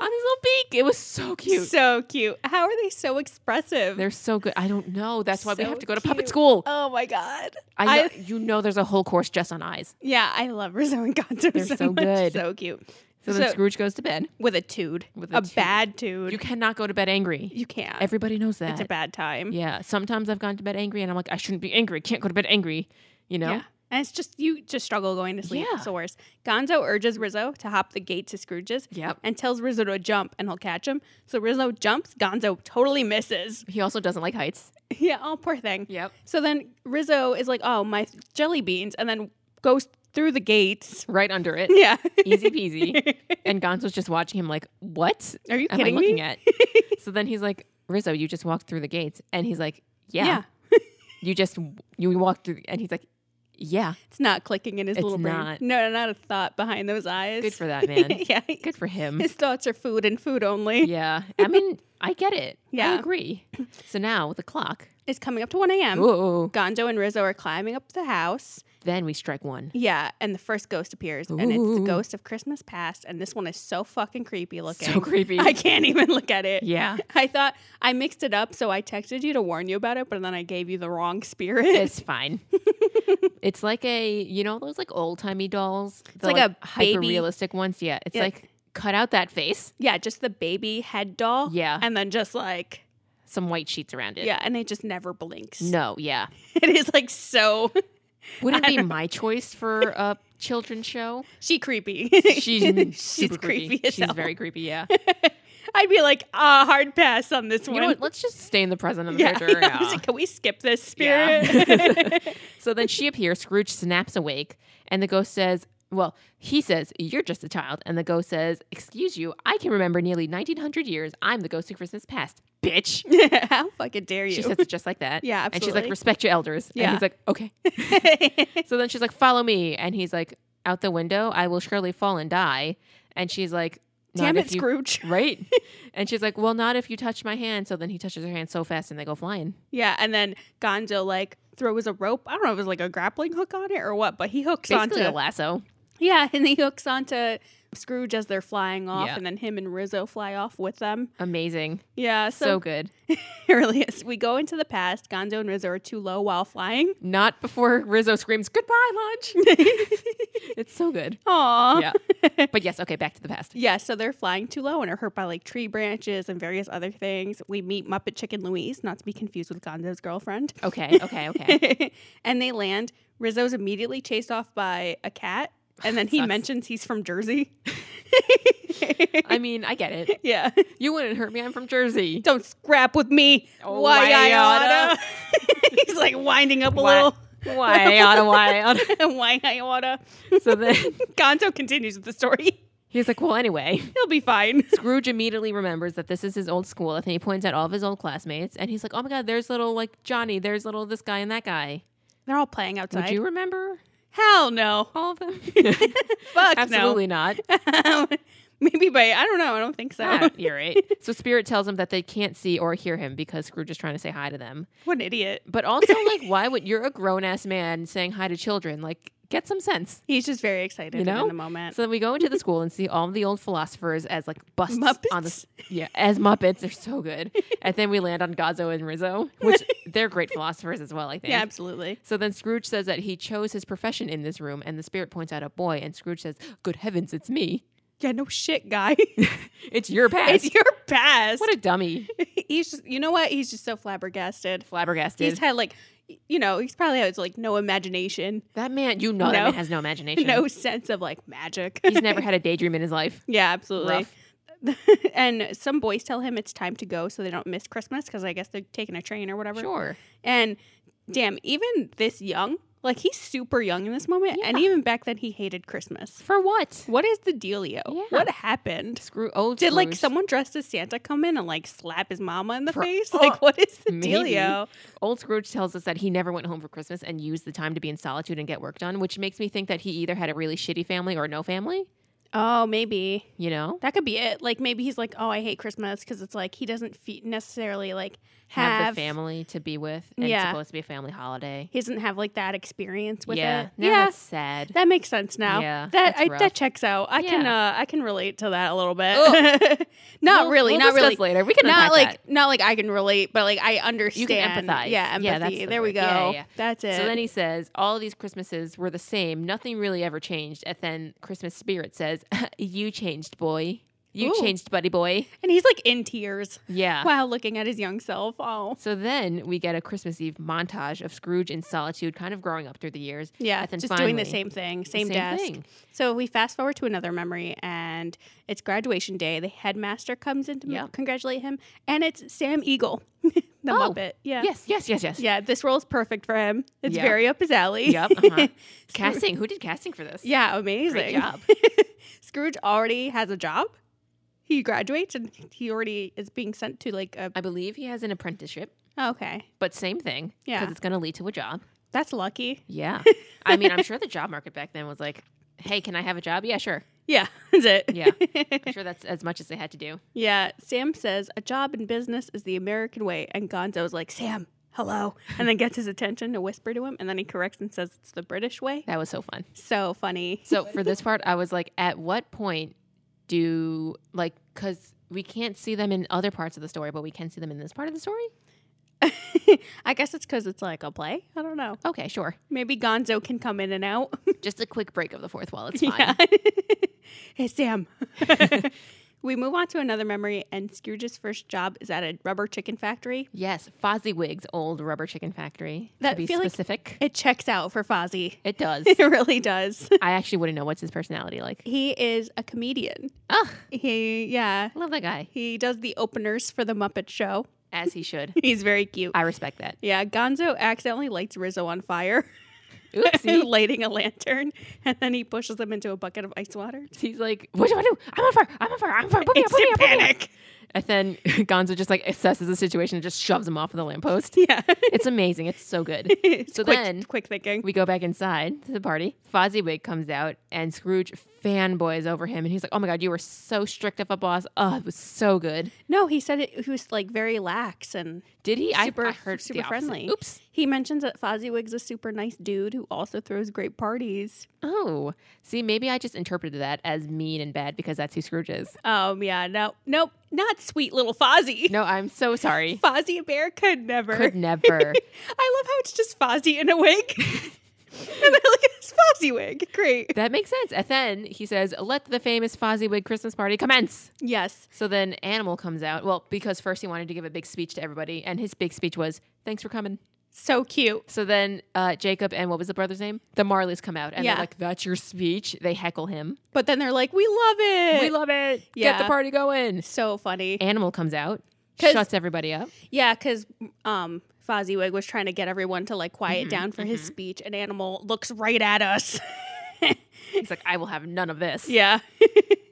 on his little beak. It was so cute.
so cute? How are they so expressive?
They're so good. I don't know. That's why we
So
have to go to puppet
cute.
school.
oh my god.
I, know,
I-
you know there's a whole course just on eyes.
Yeah, I love Rizzo and Gonzo
They're
so,
so
much.
good.
So cute.
So, then
So-
Scrooge goes to bed.
With a tood.
With
With
a
a,
tood.
bad tood.
You cannot go to bed angry.
You can't.
Everybody knows that.
it's a bad time.
Yeah. Sometimes I've gone to bed angry and I'm like, I shouldn't be angry. Can't go to bed angry. You know?
Yeah. And it's just you just struggle going to sleep.
Yeah.
It's the worst. Gonzo urges Rizzo to hop the gate to Scrooge's
Yep.
and tells Rizzo to jump and he'll catch him. So Rizzo jumps, Gonzo totally misses.
He also doesn't like heights.
yeah, oh poor thing.
Yep.
So then Rizzo is like, "Oh, my jelly beans," and then goes through the gates.
Right under it.
Yeah.
Easy peasy. and Gonzo's just watching him like, What
Are you
am
kidding
I looking
me?
at? so then he's like, Rizzo, you just walked through the gates. And he's like, Yeah.
Yeah.
You just you walked through and he's like, Yeah.
It's not clicking in his
It's
little brain.
not.
No, not a thought behind those eyes.
Good for that man.
yeah.
Good for him.
His thoughts are food and food only.
Yeah. I mean, I get it. I
Yeah.
agree. So now with the clock.
It's coming up to 1 a.m.
Ooh.
Gonzo and Rizzo are climbing up the house.
Then we strike one.
Yeah, and the first ghost appears, and it's
Ooh.
the ghost of Christmas past. And this one is so fucking creepy looking.
So creepy.
I can't even look at it.
Yeah.
I thought I mixed it up, so I texted you to warn you about it, but then I gave you the wrong spirit.
It's fine. it's like a you know those like old timey dolls. It's
like a baby-
hyper realistic ones. Yeah, it's
Yeah.
like cut out that face,
yeah, just the baby head doll.
Yeah.
and then just like
some white sheets around it.
yeah, and it just never blinks.
No, yeah.
It is like so
Would it be my choice for a children's show?
she creepy.
She's super creepy.
as
She's
hell.
very creepy. Yeah.
I'd be like ah, hard pass on this
You
one.
know what? Let's just stay in the present and the
yeah,
future.
I was
yeah.
like, can we skip this
Yeah.
spirit?
so then she appears. Scrooge snaps awake, and the ghost says, "Well, he says you're just a child." And the ghost says, "Excuse you, I can remember nearly 1900 years. I'm the ghost of Christmas past, bitch."
How fucking dare you?
She says it just like that.
Yeah,
And she's like,
absolutely.
"Respect your elders." And
Yeah.
he's like, "Okay." so then she's like, "Follow me," and he's like, "Out the window, I will surely fall and die." And she's like, "Not
Damn
if
it,
you-
Scrooge.
Right? and she's like, "Well, not if you touch my hand." So then he touches her hand so fast, and they go flying.
Yeah, and then Gonzo like throws a rope. I don't know if it was like a grappling hook on it or what, but he hooks
Basically, a
onto
lasso.
yeah, and he hooks onto Scrooge as they're flying off,
Yeah.
and then him and Rizzo fly off with them.
Amazing.
Yeah,
so
so,
good.
it really is. We go into the past. Gonzo and Rizzo are too low while flying.
Not before Rizzo screams, Goodbye, lunch. it's so good.
Aw.
Yeah. But yes, okay, back to the past.
Yeah, so they're flying too low and are hurt by like tree branches and various other things. We meet Muppet Chicken Louise, not to be confused with Gonzo's girlfriend.
Okay, okay, okay.
and they land. Rizzo's immediately chased off by a cat, and then he
Sucks.
mentions he's from Jersey.
I mean, I get it.
yeah.
You wouldn't hurt me. I'm from Jersey.
Don't scrap with me.
Oh,
why,
why
I oughta. he's like winding up a
Why-
little.
Why, Ottawa? why oughta.
why I oughta.
So then
Gonzo continues with the story.
he's like, Well, anyway.
He'll be fine.
Scrooge immediately remembers that this is his old school, and he points out all of his old classmates, and he's like, "Oh my God, there's little like Johnny, there's little this guy and that guy."
They're all playing outside.
Would you remember
Hell no.
all of them?
Fuck
Absolutely not.
no. Maybe by I don't know. I don't think so.
Ah, you're right. So Spirit tells him that they can't see or hear him because Scrooge is trying to say hi to them.
What an idiot.
But also, like, why would you're a grown ass man saying hi to children? Like, get some sense.
He's just very excited
You
and
know?
in the moment.
So then we go into the school and see all the old philosophers as like busts on the
Muppets?
yeah as Muppets. They're so good. and then we land on Gazzo and Rizzo, which they're great philosophers as well. I think.
yeah, absolutely.
So then Scrooge says that he chose his profession in this room, and the spirit points out a boy, and Scrooge says, "Good heavens, it's me!
Yeah, no shit, guy.
It's your past.
it's your past.
what a dummy!
he's just, you know what? He's just so flabbergasted.
flabbergasted.
He's had like, y- you know, he's probably has like no imagination,
that man, you know, that
No.
man has no imagination.
no sense of like magic.
He's never had a daydream in his life.
yeah, absolutely.
Rough.
and some boys tell him it's time to go so they don't miss Christmas because I guess they're taking a train or whatever.
Sure.
And damn, even this young, like he's super young in this moment. And
Yeah.
even back then, he hated Christmas.
For what?
What is the dealio?
Yeah.
What happened?
Screw old.
Did like
Scrooge.
someone dressed as Santa come in and like slap his mama in the
Pro-
face? Like what is the
Maybe.
dealio?
Old Scrooge tells us that he never went home for Christmas and used the time to be in solitude and get work done, which makes me think that he either had a really shitty family or no family.
Oh, maybe
You know,
that could be it. Like maybe he's like, oh, I hate Christmas because it's like he doesn't fe- necessarily like have,
have, the family to be with, and it's
Yeah.
supposed to be a family holiday.
He doesn't have like that experience with
yeah,
it.
No,
yeah,
that's sad.
that makes sense now.
Yeah,
that
that's
I,
rough.
that checks out. I can uh, I can relate to that a little bit. not
Oh. We'll-
really,
we'll
not
discuss
really.
Later, we can
not
unpack
like
that.
not like I can relate, but like I understand.
empathize.
Yeah, empathy.
Yeah, that's the
there we
word.
go.
Yeah, yeah, yeah.
That's it.
So then he says, all of these Christmases were the same. Nothing really ever changed. And then Christmas Spirit says, you changed, boy. You
Ooh.
changed, buddy boy.
and he's like in tears.
Yeah.
Wow, looking at his young self. Oh,
So then we get a Christmas Eve montage of Scrooge in solitude, kind of growing up through the years.
yeah.
And then
Just doing the
finally-
same thing, same,
same
desk.
thing.
So we fast forward to another memory, and it's graduation day. The headmaster comes in to m-
Yeah.
congratulate him, and it's Sam Eagle, the
Oh,
Muppet. Yeah.
Yes, yes, yes, yes.
Yeah, this role is perfect for him. It's
Yeah.
very up his alley.
Yep. Uh-huh. casting. Who did casting for this?
yeah, amazing.
Great job.
Scrooge already has a job. He graduates and he already is being sent to like a
I believe he has an apprenticeship,
okay.
but same thing.
Yeah.
Because it's going to lead to a job.
That's lucky.
Yeah. I mean, I'm sure the job market back then was like, hey, can I have a job? Yeah, sure.
Yeah, that's it.
Yeah. I'm sure that's as much as they had to do.
yeah. Sam says a job in business is the American way, and Gonzo's like, Sam, hello, and then gets his attention to whisper to him, and then he corrects and says it's the British way.
That was so fun.
So funny.
So for this part, I was like, at what point do, like, because we can't see them in other parts of the story, but we can see them in this part of the story?
I guess it's because it's like a play. I don't know.
Okay, sure.
Maybe Gonzo can come in and out.
Just a quick break of the fourth wall. It's fine.
hey, Sam. we move on to another memory, and Scrooge's first job is at a rubber chicken factory.
Yes, Fozziewig's old rubber chicken factory.
That
to be
feel like-
specific,
It checks out for Fozzie.
it does.
It really does.
I actually wouldn't know what's his personality like.
He is a comedian.
Ugh,
He, yeah.
love that guy
He does the openers for the Muppet Show.
as he should.
He's very cute.
I respect that.
Yeah, Gonzo accidentally lights Rizzo on fire,
Oopsie.
lighting a lantern, and then he pushes him into a bucket of ice water.
He's like, what do I do? I'm on fire. I'm on fire. I'm on fire. Put me up. Put me
Instant
up. Put me up.
panic.
And then Gonzo just like assesses the situation and just shoves him off of the lamppost.
Yeah.
It's amazing. It's so good.
It's
So
quick,
then-
quick thinking.
We go back inside to the party. Fozziewig comes out and Scrooge fanboys over him. And he's like, oh my God, you were so strict of a boss. Oh, it was so good.
No, he said it, he was like very lax and
Did he?
super,
I, I heard the
super
opposite.
friendly.
Oops.
He mentions that Fozziewig's a super nice dude who also throws great parties.
Oh, see, maybe I just interpreted that as mean and bad because that's who Scrooge is.
Um, yeah, no, nope, not sweet little Fozzie.
No, I'm so sorry.
Fozzie Bear could never.
Could never.
I love how it's just Fozzie in a wig. and then look at his Fozzie wig. Great.
That makes sense. And then he says, "Let the famous Fozziewig Christmas party commence."
Yes.
So then Animal comes out. Well, because first he wanted to give a big speech to everybody, and his big speech was, "Thanks for coming."
So cute.
So then uh, Jacob and what was the brother's name? The Marleys come out, and
Yeah.
they're like, "That's your speech." They heckle him.
But then they're like, we love it.
We love it. Get
Yeah.
the party going.
so funny.
Animal comes out,
'Cause-
shuts everybody up.
Yeah, because um, Fozziewig was trying to get everyone to like quiet down for his speech. An animal looks right at us.
He's like, "I will have none of this."
yeah.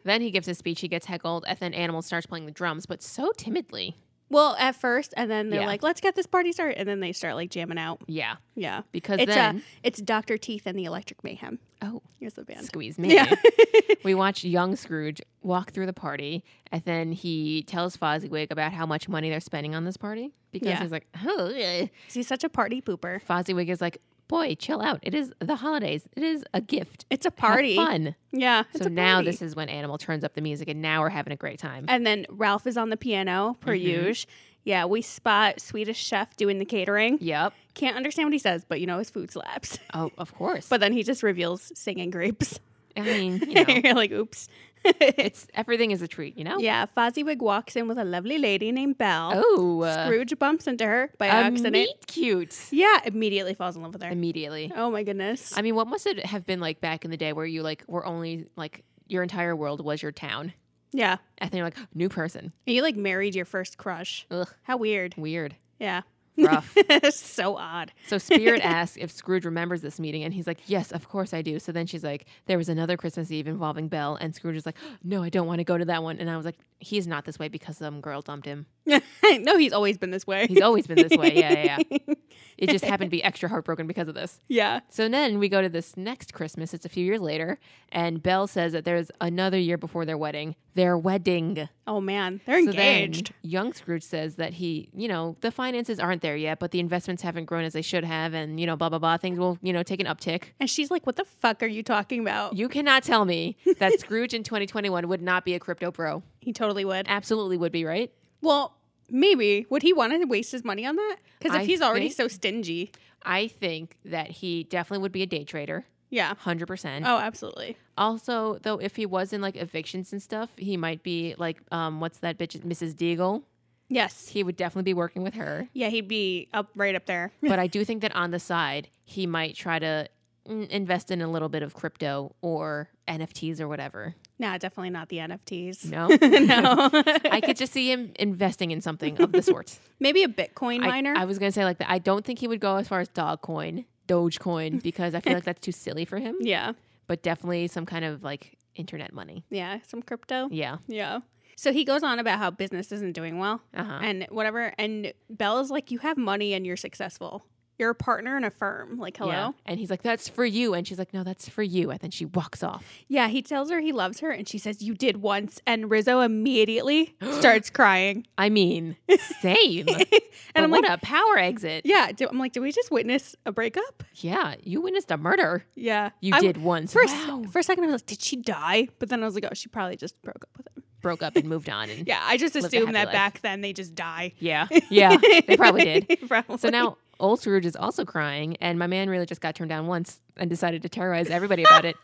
Then he gives his speech, he gets heckled, and then Animal starts playing the drums, but so timidly.
Well, at first, and then they're
Yeah.
like, "Let's get this party started," and then they start like jamming out.
Yeah.
Yeah,
Because
it's
then
uh, it's Doctor Teeth and the Electric Mayhem.
Oh,
Here's the band.
squeeze me.
Yeah,
we watch young Scrooge walk through the party, and then he tells Fozziewig about how much money they're spending on this party because
Yeah.
he's like, oh. eh."
he's such a party pooper.
Fozziewig is like, boy, chill out. It is the holidays. It is a gift.
It's a
Have
party.
fun.
Yeah. it's a
so now
party.
this is when Animal turns up the music, and now we're having a great time.
And then Ralph is on the piano per
Mm-hmm.
usual. Yeah, we spot Swedish chef doing the catering.
yep.
Can't understand what he says, but you know his food slaps.
Oh, of course.
But then he just reveals singing grapes.
I mean, you know,
You're like, oops.
It's everything is a treat, you know?
yeah, Fozziwig walks in with a lovely lady named Belle.
Oh, uh,
Scrooge bumps into her by
a
accident.
Um, meet cute
Yeah, immediately falls in love with her.
immediately.
Oh my goodness.
I mean, what must it have been like back in the day where you like were only like your entire world was your town,
yeah.
and then you're like new person.
And you like married your first crush.
Ugh,
How weird.
weird,
Yeah.
Uh. rough.
so odd.
so Spirit asks if Scrooge remembers this meeting, and he's like, "Yes, of course I do." So then she's like, "There was another Christmas Eve involving Belle," and Scrooge is like, "No, I don't want to go to that one." And I was like, "He's not this way because some girl dumped him.
no, he's always been this way.
He's always been this way. Yeah, yeah, yeah. It just happened to be extra heartbroken because of this."
yeah.
So then we go to this next Christmas. It's a few years later, and Belle says that there's another year before their wedding. Their wedding.
Oh man, they're
So then
engaged.
young Scrooge says that he, you know, the finances aren't there yet, but the investments haven't grown as they should have, and you know, blah blah blah. Things will, you know, take an uptick.
and she's like, "What the fuck are you talking about?"
You cannot tell me that Scrooge in 2021 would not be a crypto pro.
he totally would.
Absolutely would be, right?
Well, maybe would he want to waste his money on that? Because if
I
he's already
think-
so stingy,
I think that he definitely would be a day trader,
yeah.
hundred percent.
Oh, absolutely.
Also, though, if he was in like evictions and stuff, he might be like, um, what's that bitch, Mrs. Deagle?
Yes.
He would definitely be working with her.
Yeah, he'd be up right up there.
But I do think that on the side, he might try to mm, invest in a little bit of crypto or NFTs or whatever.
nah, definitely not the NFTs.
No,
no.
I could just see him investing in something of the sort.
maybe a Bitcoin
I-
miner.
I, was gonna say like that. I don't think he would go as far as Dogecoin, Dogecoin, because I feel like that's too silly for him.
yeah.
But definitely some kind of like internet money.
Yeah, some crypto.
Yeah.
Yeah. So he goes on about how business isn't doing well
Uh huh.
and whatever. And Belle is like, You have money and you're successful. You're a partner in a firm. Like, hello? Yeah.
And he's like, "That's for you," and she's like, "No, that's for you." And then she walks off.
he tells her he loves her and she says, You did once. And Rizzo immediately starts crying.
I mean, same. and
And I'm
what
like,
a power exit.
Yeah. Do, I'm like, Did we just witness a breakup?
Yeah, you witnessed a murder.
Yeah.
You
I-
did once.
For, a s-
wow.
for a second, I was like, Did she die? But then I was like, Oh, she probably just broke up with him.
Broke up and moved on. And
Yeah. I just
a
assumed
happy
that
life.
back then they just die.
yeah, yeah, they probably did.
Probably.
So now old Scrooge is also crying, and my man really just got turned down once and decided to terrorize everybody about it.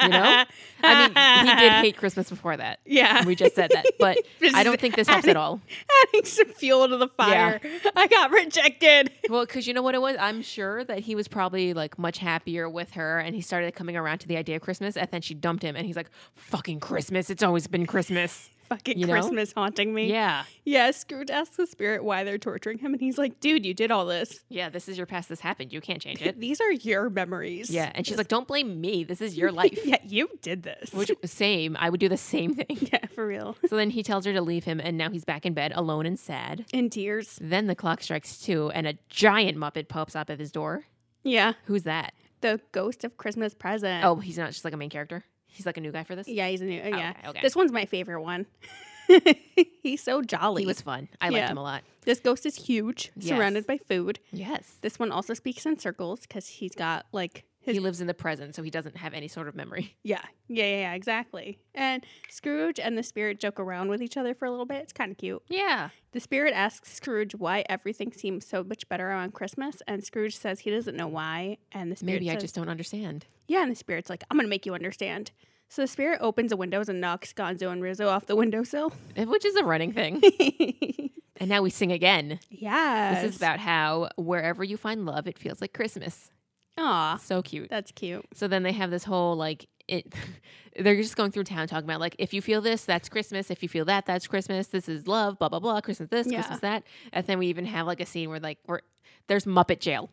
You know? I mean, he did hate Christmas before that.
Yeah.
We just said that, but
Just
I don't think this helps
adding-
at all.
adding some fuel to the fire. I got rejected.
Well, because you know what it was? I'm sure that he was probably like much happier with her, and he started coming around to the idea of Christmas, and then she dumped him, and he's like, "Fucking Christmas! It's always been Christmas."
Fucking
You know?
Christmas haunting me.
Yeah,
Yeah, Scrooge asks the spirit why they're torturing him, and he's like, dude, you did all this.
yeah. This is your past. This happened. You can't change it.
These are your memories.
Yeah, and she's like, "Don't blame me. This is your life."
Yeah, you did this.
Which same. I would do the same thing.
yeah, for real.
So then he tells her to leave him, and now he's back in bed alone and sad.
In tears.
Then the clock strikes two, and a giant Muppet pops up at his door.
Yeah.
Who's that?
The ghost of Christmas present.
Oh, he's not just like a main character. He's like a new guy for this.
Yeah, he's a new. uh, yeah.
okay, okay.
This one's my favorite one. he's so jolly.
He was fun. I
Yeah.
liked him a lot.
this ghost is huge,
Yes.
surrounded by food.
Yes.
This one also speaks in circles because he's got like his
He lives in the present, so he doesn't have any sort of memory.
Yeah, yeah, yeah, yeah, exactly. And Scrooge and the spirit joke around with each other for a little bit. It's kind of cute.
Yeah.
The spirit asks Scrooge why everything seems so much better on Christmas, and Scrooge says he doesn't know why. And the spirit
Maybe I
says-
just don't understand.
yeah, and the spirit's like, I'm gonna make you understand. So the spirit opens the windows and knocks Gonzo and Rizzo off the windowsill.
Eh, Which is a running thing. and now we sing again.
yeah,
This is about how wherever you find love, it feels like Christmas.
Aw,
So cute.
that's cute.
So then they have this whole like it. They're just going through town talking about like if you feel this, that's Christmas. If you feel that, that's Christmas. This is love. Blah blah blah. Christmas this,
Yeah.
Christmas that. And then we even have like a scene where like we're there's Muppet Jail.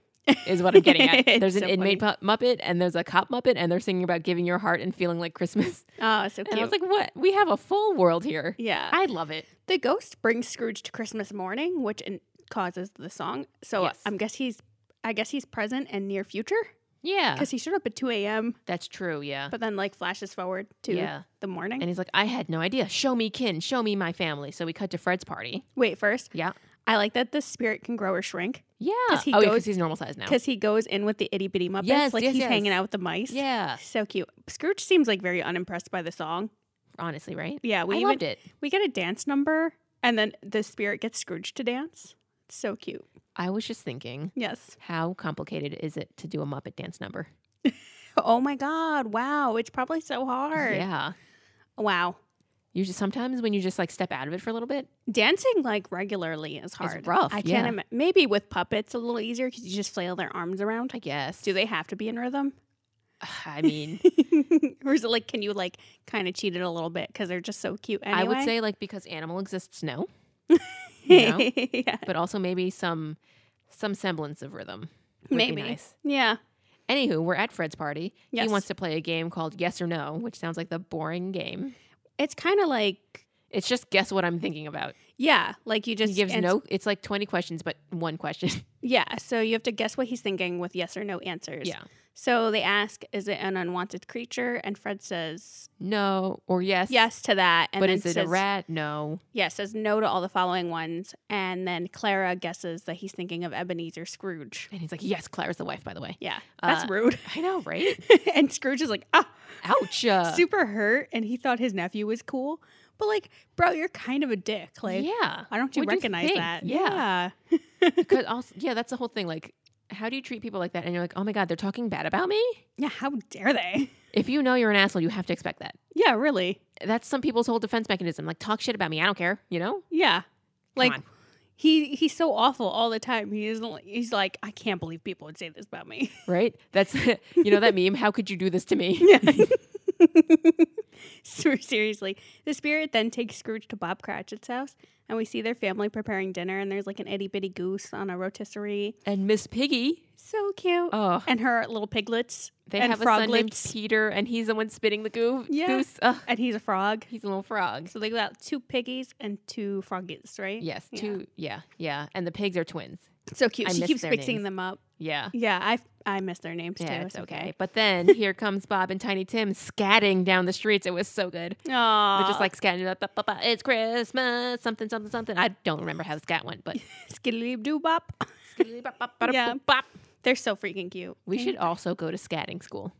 Is what I'm getting at.
It's
There's an
so
inmate pu- Muppet and there's a cop Muppet, and they're singing about giving your heart and feeling like Christmas.
Oh, so
And
cute.
I was like, what? We have a full world here.
yeah,
I love it.
the ghost brings Scrooge to Christmas morning, which in- causes the song. So
Yes.
I'm guess he's, I guess he's present and near future.
Yeah,
because he showed up at 2 a.m
that's true. Yeah.
but then like flashes forward to
Yeah.
the morning
And he's like, I had no idea. Show me kin. Show me my family. So we cut to Fred's party.
wait first
Yeah.
i like that the spirit can grow or shrink
Yeah.
'Cause he
oh, yeah,
goes-
'cause he's normal size now.
because he goes in with the itty-bitty muppets
Yes,
like
yes,
he's
yes.
hanging out with the mice
Yeah.
so cute scrooge seems like very unimpressed by the song
Honestly, right?
yeah we
I
even,
loved it.
we get a dance number and then the spirit gets scrooge to dance it's so cute
I was just thinking,
yes
how complicated is it to do a Muppet dance number?
oh my god wow it's probably so hard
Yeah.
Wow.
You just sometimes when you just like step out of it for a little bit,
Dancing like regularly is hard.
rough,
I can't.
yeah.
Im- maybe with puppets a little easier because you just flail their arms around.
I guess.
Do they have to be in rhythm?
I mean,
or is it like can you like kind of cheat it a little bit because they're just so cute anyway?
I would say like because animal exists, no, you know?
yeah,
but also maybe some some semblance of rhythm. would be
maybe.
nice.
Yeah,
Anywho, we're at Fred's party.
Yes.
He wants to play a game called Yes or No, which sounds like the boring game.
it's kind of like
It's just guess what I'm thinking about.
yeah, like you just
He gives
ans-
no. It's like 20 questions, but one question.
Yeah, so you have to guess what he's thinking with yes or no answers.
yeah.
So they ask, "Is it an unwanted creature?" And Fred says
No or yes.
yes to that, and
but
then
is it
says,
a rat? No.
Yeah, says no to all the following ones, and then Clara guesses that he's thinking of Ebenezer Scrooge.
And he's like, yes, Clara's the wife, by the way.
Yeah, that's
Uh,
rude.
I know, right?
and Scrooge is like, ah,
Ouch. uh,
super hurt, and he thought his nephew was cool, but like, bro, you're kind of a dick. Like,
yeah.
why don't you
What'd you
recognize
think?
that?
Yeah. Because also, yeah, that's the whole thing. Like, how do you treat people like that? And you're like, oh my God, they're talking bad about me?
yeah, how dare they?
If you know you're an asshole, you have to expect that.
Yeah, really.
That's some people's whole defense mechanism. Like, talk shit about me. I don't care, you know?
Yeah, like.
on.
He he's so awful all the time. He isn't. He's like, I can't believe people would say this about me.
Right? That's, you know, that meme. How could you do this to me?
Yeah. Ser- Seriously. The spirit then takes Scrooge to Bob Cratchit's house, and we see their family preparing dinner, and there's like an itty bitty goose on a rotisserie.
And Miss Piggy,
So cute.
oh,
And her little piglets
they
and
have a son named
froglets.
Peter, and he's the one spinning the goof.
Yeah.
Goose. Ugh,
and he's a frog.
he's a little frog.
So they got two piggies and two froggies, right?
Yes,
Yeah.
two. Yeah, yeah. And the pigs are twins.
So cute.
I
she
miss
keeps
their
mixing
names.
them up.
Yeah.
Yeah, I I miss their names
Yeah,
too.
it's okay. But then here comes Bob and Tiny Tim scatting down the streets. It was so good.
Aww.
They're just like scatting. Up, up, up, up, It's Christmas, something, something, something. I don't remember how the scat went, but
skiddly doo bop. Yeah. They're so freaking cute.
we should also go to scatting school.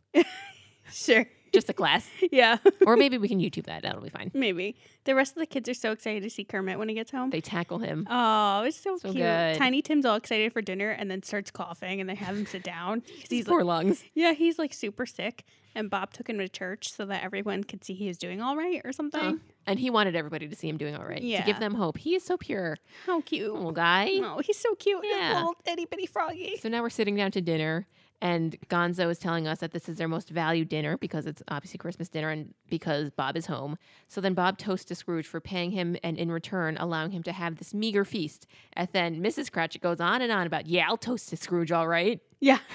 Sure.
Just a class.
Yeah.
or maybe we can YouTube that. That'll be fine.
Maybe. The rest of the kids are so excited to see Kermit when he gets home.
They tackle him.
oh, it's so,
So
cute.
good.
Tiny Tim's all excited for dinner and then starts coughing and they have him sit down. 'Cause
These
he's
poor
like,
lungs.
yeah, he's like super sick. And Bob took him to church so that everyone could see he was doing all right or something.
Huh. And he wanted everybody to see him doing all right. To
Yeah.
give them hope. He is so pure.
How cute.
Little guy.
Oh, he's so cute.
Yeah.
His little itty bitty froggy.
So now we're sitting down to dinner, and Gonzo is telling us that this is their most valued dinner because it's obviously Christmas dinner and because Bob is home. So then Bob toasts to Scrooge for paying him and in return allowing him to have this meager feast. And then Mrs. Cratchit goes on and on about, yeah, I'll toast to Scrooge, all right.
Yeah.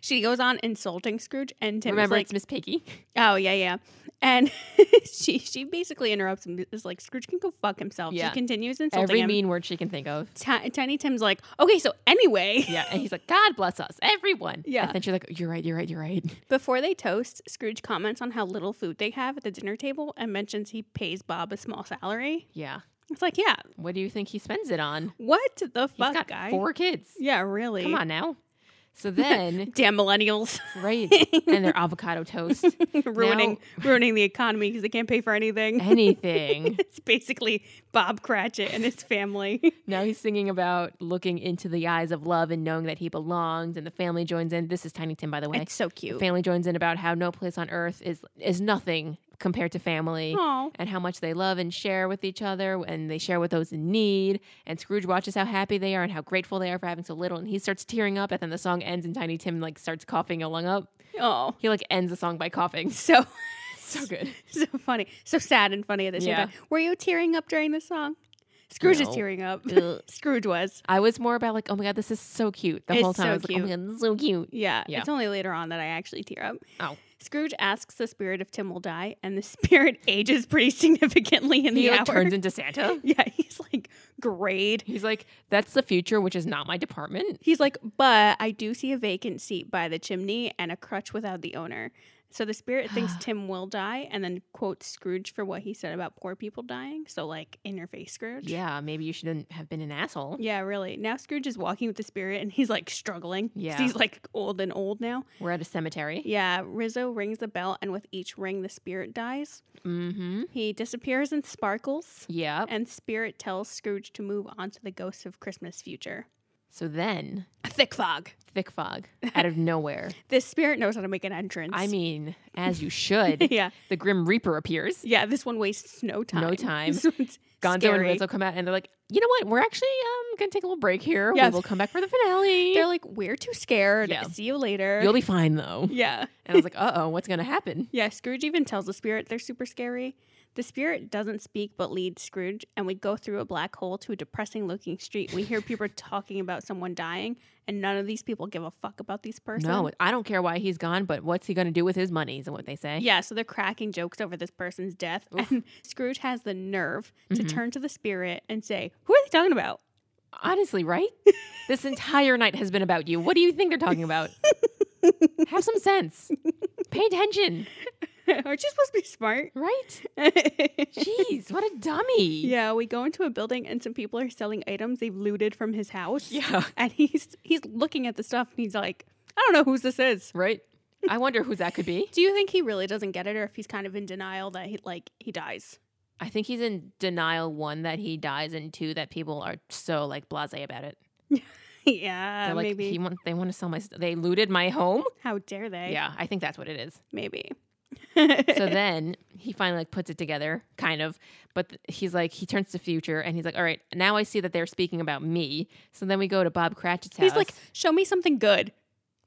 She goes on insulting Scrooge and Tim
Remember,
is like,
it's Miss Piggy.
Oh yeah, yeah. And she she basically interrupts him is like, Scrooge can go fuck himself.
Yeah.
She continues insulting
Every
him.
mean word she can think of.
Ti- Tiny Tim's like, okay, so anyway.
Yeah. And he's like, God bless us, everyone.
Yeah.
And then she's like, you're right, you're right, you're right.
Before they toast, Scrooge comments on how little food they have at the dinner table and mentions he pays Bob a small salary.
Yeah.
It's like, yeah,
What do you think he spends it on?
what the
He's
fuck,
got
guy?
four kids.
Yeah, really.
Come on now. So then,
Damn millennials
right, and their avocado toast.
ruining ruining the economy because they can't pay for anything.
anything.
it's basically Bob Cratchit and his family.
now he's singing about looking into the eyes of love and knowing that he belongs, and the family joins in. This is Tiny Tim, by the way.
it's so
The
cute.
family joins in about how no place on earth is is nothing compared to family.
Aw.
And how much they love and share with each other, and they share with those in need. And Scrooge watches how happy they are and how grateful they are for having so little. And he starts tearing up, and then the song ends, and Tiny Tim like starts coughing along up.
Oh.
He like ends the song by coughing.
So
so good.
so funny. So sad and funny at the same
Yeah.
time. Were you tearing up during the song? Scrooge is
No.
tearing up.
Ugh.
Scrooge was.
I was more about like, oh my god, this is so cute. The
It's
whole time
so
I was like, oh my god, this is so cute.
Yeah,
Yeah.
It's only later on that I actually tear up.
Oh,
Scrooge asks the spirit if Tim will die, and the spirit ages pretty significantly in the
he
hour.
like, turns into Santa.
yeah, he's like, grade.
He's like, that's the future, which is not my department.
He's like, but I do see a vacant seat by the chimney and a crutch without the owner. So the spirit thinks Tim will die and then quotes Scrooge for what he said about poor people dying. So, like, in your face, Scrooge.
Yeah, maybe you shouldn't have been an asshole.
Yeah, really. Now Scrooge is walking with the spirit and he's like struggling. 'cause
Yeah.
He's like old and old now.
We're at a cemetery.
Yeah, Rizzo rings the bell, and with each ring, the spirit dies.
Mm-hmm.
He disappears and sparkles.
Yep.
and spirit tells Scrooge to move on to the ghosts of Christmas future.
So then,
A thick fog.
thick fog out of nowhere.
This spirit knows how to make an entrance.
I mean, as you should.
yeah.
The Grim Reaper appears.
Yeah, this one wastes no time.
No time.
This one's
Gonzo
scary.
and Rizzo come out and they're like, you know what? We're actually um, going to take a little break here.
Yes.
We will come back for the finale.
They're like, we're too scared.
Yeah.
See you later.
You'll be fine though.
yeah.
And I was like, uh oh, what's going to happen?
Yeah, Scrooge even tells the spirit they're super scary. The spirit doesn't speak but leads Scrooge, and we go through a black hole to a depressing looking street. We hear people talking about someone dying, and none of these people give a fuck about this person.
No, I don't care why he's gone, but what's he going to do with his money? Is what they say.
Yeah, so they're cracking jokes over this person's death.
Oof.
And Scrooge has the nerve to
Mhm.
turn to the spirit and say, Who are they talking about?
Honestly, right? this entire night has been about you. What do you think they're talking about? Have some sense. Pay attention,
Aren't you supposed to be smart?
right? Jeez, what a dummy.
yeah, we go into a building, and some people are selling items they've looted from his house.
Yeah.
And he's he's looking at the stuff and he's like, I don't know whose this is.
Right? I wonder who that could be.
Do you think he really doesn't get it, or if he's kind of in denial that he like he dies?
I think he's in denial one that he dies and two that people are so like blasé about it.
yeah,
They're like
Uh, maybe.
he want they want to sell my st- they looted my home?
How dare they?
Yeah, I think that's what it is.
maybe.
so then he finally like puts it together kind of but th- he's like he turns to future and he's like all right now i see that they're speaking about me so then we go to bob cratchit's house
he's like, "Show me something good."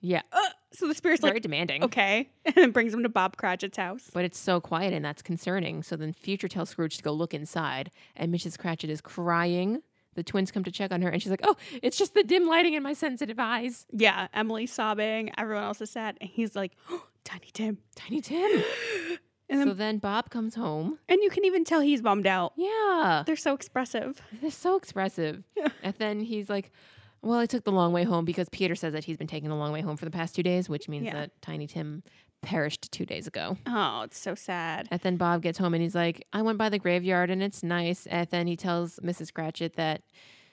yeah
Uh, so the spirit's
very
like,
demanding
"Okay," and then brings him to Bob Cratchit's house.
but it's so quiet and that's concerning so then future tells scrooge to go look inside and mrs cratchit is crying the twins come to check on her and she's like oh it's just the dim lighting in my sensitive eyes
Yeah, Emily's sobbing. Everyone else is sad, and he's like, oh, "Tiny Tim."
tiny tim
And
so
then,
then bob comes home
and you can even tell he's bummed out.
yeah
They're so expressive.
They're so expressive. And then he's like, Well, I took the long way home because Peter says that he's been taking the long way home for the past two days, which means
Yeah.
that Tiny Tim perished two days ago.
Oh, it's so sad.
And then Bob gets home and he's like, I went by the graveyard and it's nice. And then he tells Mrs. Cratchit that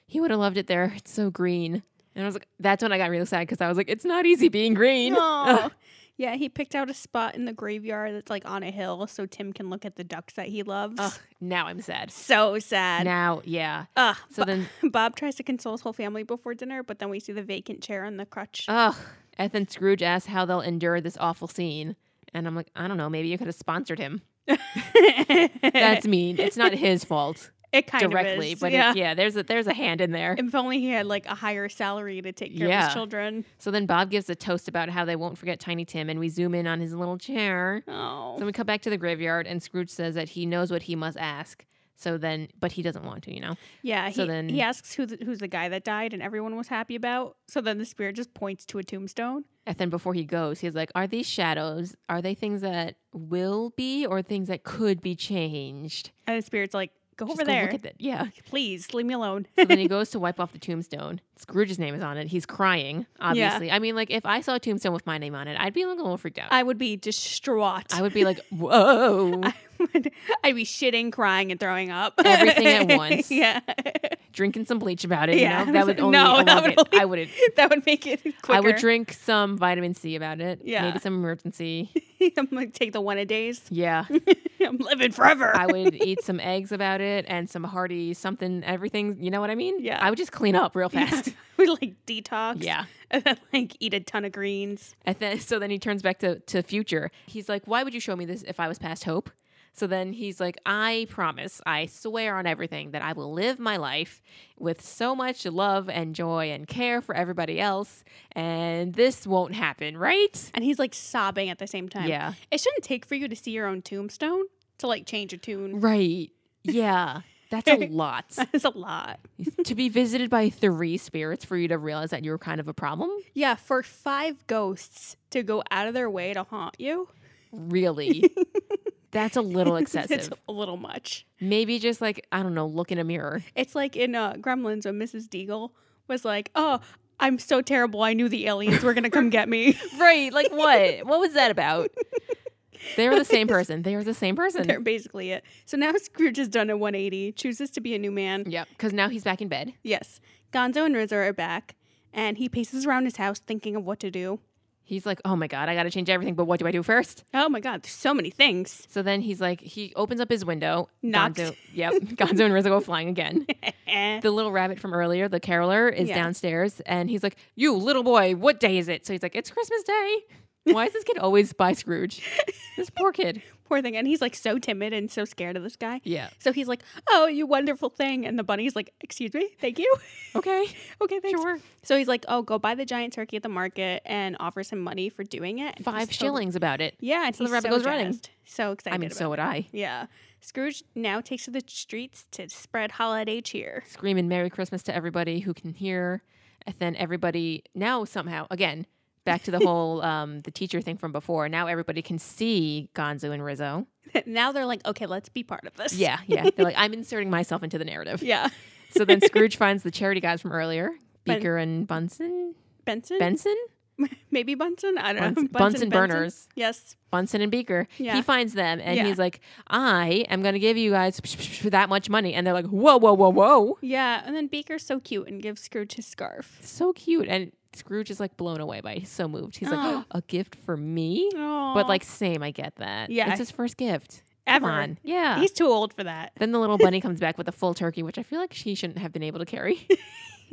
he would have loved it there. It's so green. And I was like, That's when I got really sad because I was like, It's not easy being green.
Oh. Yeah, he picked out a spot in the graveyard that's like on a hill so Tim can look at the ducks that he loves.
Ugh, now I'm sad.
So sad.
Now, yeah.
Ugh.
So then,
Bob tries to console his whole family before dinner, but then we see the vacant chair on the crutch.
ugh. And then Scrooge asks how they'll endure this awful scene. And I'm like, I don't know. Maybe you could have sponsored him. That's mean. It's not his fault
it kind
directly,
of is.
but
yeah.
yeah. yeah, there's a there's a hand in there.
If only he had like a higher salary to take care of
Yeah.
his children.
So then Bob gives a toast about how they won't forget Tiny Tim, and we zoom in on his little chair.
Oh.
Then we come back to the graveyard, and Scrooge says that he knows what he must ask. So then, but he doesn't want to, you know.
yeah. He,
so then-
he asks who the, who's the guy that died and everyone was happy about. So then the spirit just points to a tombstone.
And then before he goes, he's like, "Are these shadows? Are they things that will be, or things that could be changed?
And the spirit's like, go
Just
over
go
there.
Look at that. Yeah.
Please leave me alone.
So then he goes to wipe off the tombstone. Scrooge's name is on it. He's crying, obviously. I mean, like if I saw a tombstone with my name on it, I'd be like a little freaked out.
I would be distraught.
I would be like, whoa,
I would, I'd be shitting, crying, and throwing up.
Everything at once.
yeah.
drinking some bleach about it.
Yeah,
you know,
I
that
was
would
like, no,
only
that would
elongate- I
only-
wouldn't.
that would make it quicker.
I would drink some vitamin C about it.
Yeah.
maybe some emergency.
I'm like, take the one a days.
Yeah,
I'm living forever.
I would eat some eggs about it and some hearty something, everything. You know what I mean?
Yeah.
I would just clean up real fast.
we like detox.
Yeah.
And then like eat a ton of greens.
And then, so then he turns back to, to future. He's like, why would you show me this if I was past hope? So then he's like, I promise, I swear on everything that I will live my life with so much love and joy and care for everybody else. And this won't happen, right?
And he's like sobbing at the same time.
Yeah.
It shouldn't take for you to see your own tombstone to like change a tune.
Right. Yeah. That's a lot.
That's a lot.
to be visited by three spirits for you to realize that you were kind of a problem?
Yeah, for five ghosts to go out of their way to haunt you,
Really? That's a little
it's
excessive.
a little much.
Maybe just like, I don't know, look in a mirror.
It's like in uh, Gremlins when Mrs. Deagle was like, "Oh, I'm so terrible. I knew the aliens were gonna come get me.
Right. Like what? what was that about? They were the same person. They were the same person.
They're basically it." So now Scrooge has done a 180, chooses to be a new man.
yep. Because now he's back in bed.
Yes, Gonzo and Rizzo are back, and he paces around his house thinking of what to do.
He's like, oh my God, I got to change everything, but what do I do first?
Oh my God, there's so many things.
So then he's like, he opens up his window.
Knocks.
Gonzo, yep. Gonzo and Rizzo go flying again.
Eh.
The little rabbit from earlier, the caroler, is
Yeah.
downstairs and he's like, You little boy, what day is it? So he's like, It's Christmas Day. Why is this kid always by Scrooge? This poor kid.
Poor thing. And he's like so timid and so scared of this guy.
Yeah.
So he's like, oh, you wonderful thing. And the bunny's like, excuse me, thank you.
Okay.
okay, thanks.
Sure.
So he's like, oh, go buy the giant turkey at the market and offers him money for doing it. And
Five
he's so-
shillings about it.
yeah. And
So the
he's
rabbit
so
goes running.
jazzed, So excited.
I mean,
about
so
it.
would I.
Yeah. Scrooge now takes to the streets to spread holiday cheer.
Screaming Merry Christmas to everybody who can hear. And then everybody now somehow, again, back to the whole um, the teacher thing from before. Now everybody can see Gonzo and Rizzo.
now they're like, okay, let's be part of this.
Yeah, yeah. They're like, I'm inserting myself into the narrative.
Yeah.
So then Scrooge finds the charity guys from earlier,
Ben-
Beaker and Bunsen.
Benson?
Benson?
Maybe Bunsen? I don't
Bunsen-
know.
Bunsen burners.
Yes.
Bunsen and Beaker.
Yeah.
He finds them and
Yeah.
he's like, I am going to give you guys that much money. And they're like, whoa, whoa, whoa, whoa.
Yeah. And then Beaker's so cute and gives Scrooge his scarf.
So cute. And Scrooge is like blown away by it. He's so moved. He's
Oh.
like, a gift for me?
Oh.
But like, same, I get that.
Yeah.
It's his first gift.
ever.
Come on. Yeah.
He's too old for that.
then the little bunny comes back with a full turkey, which I feel like she shouldn't have been able to carry.
a-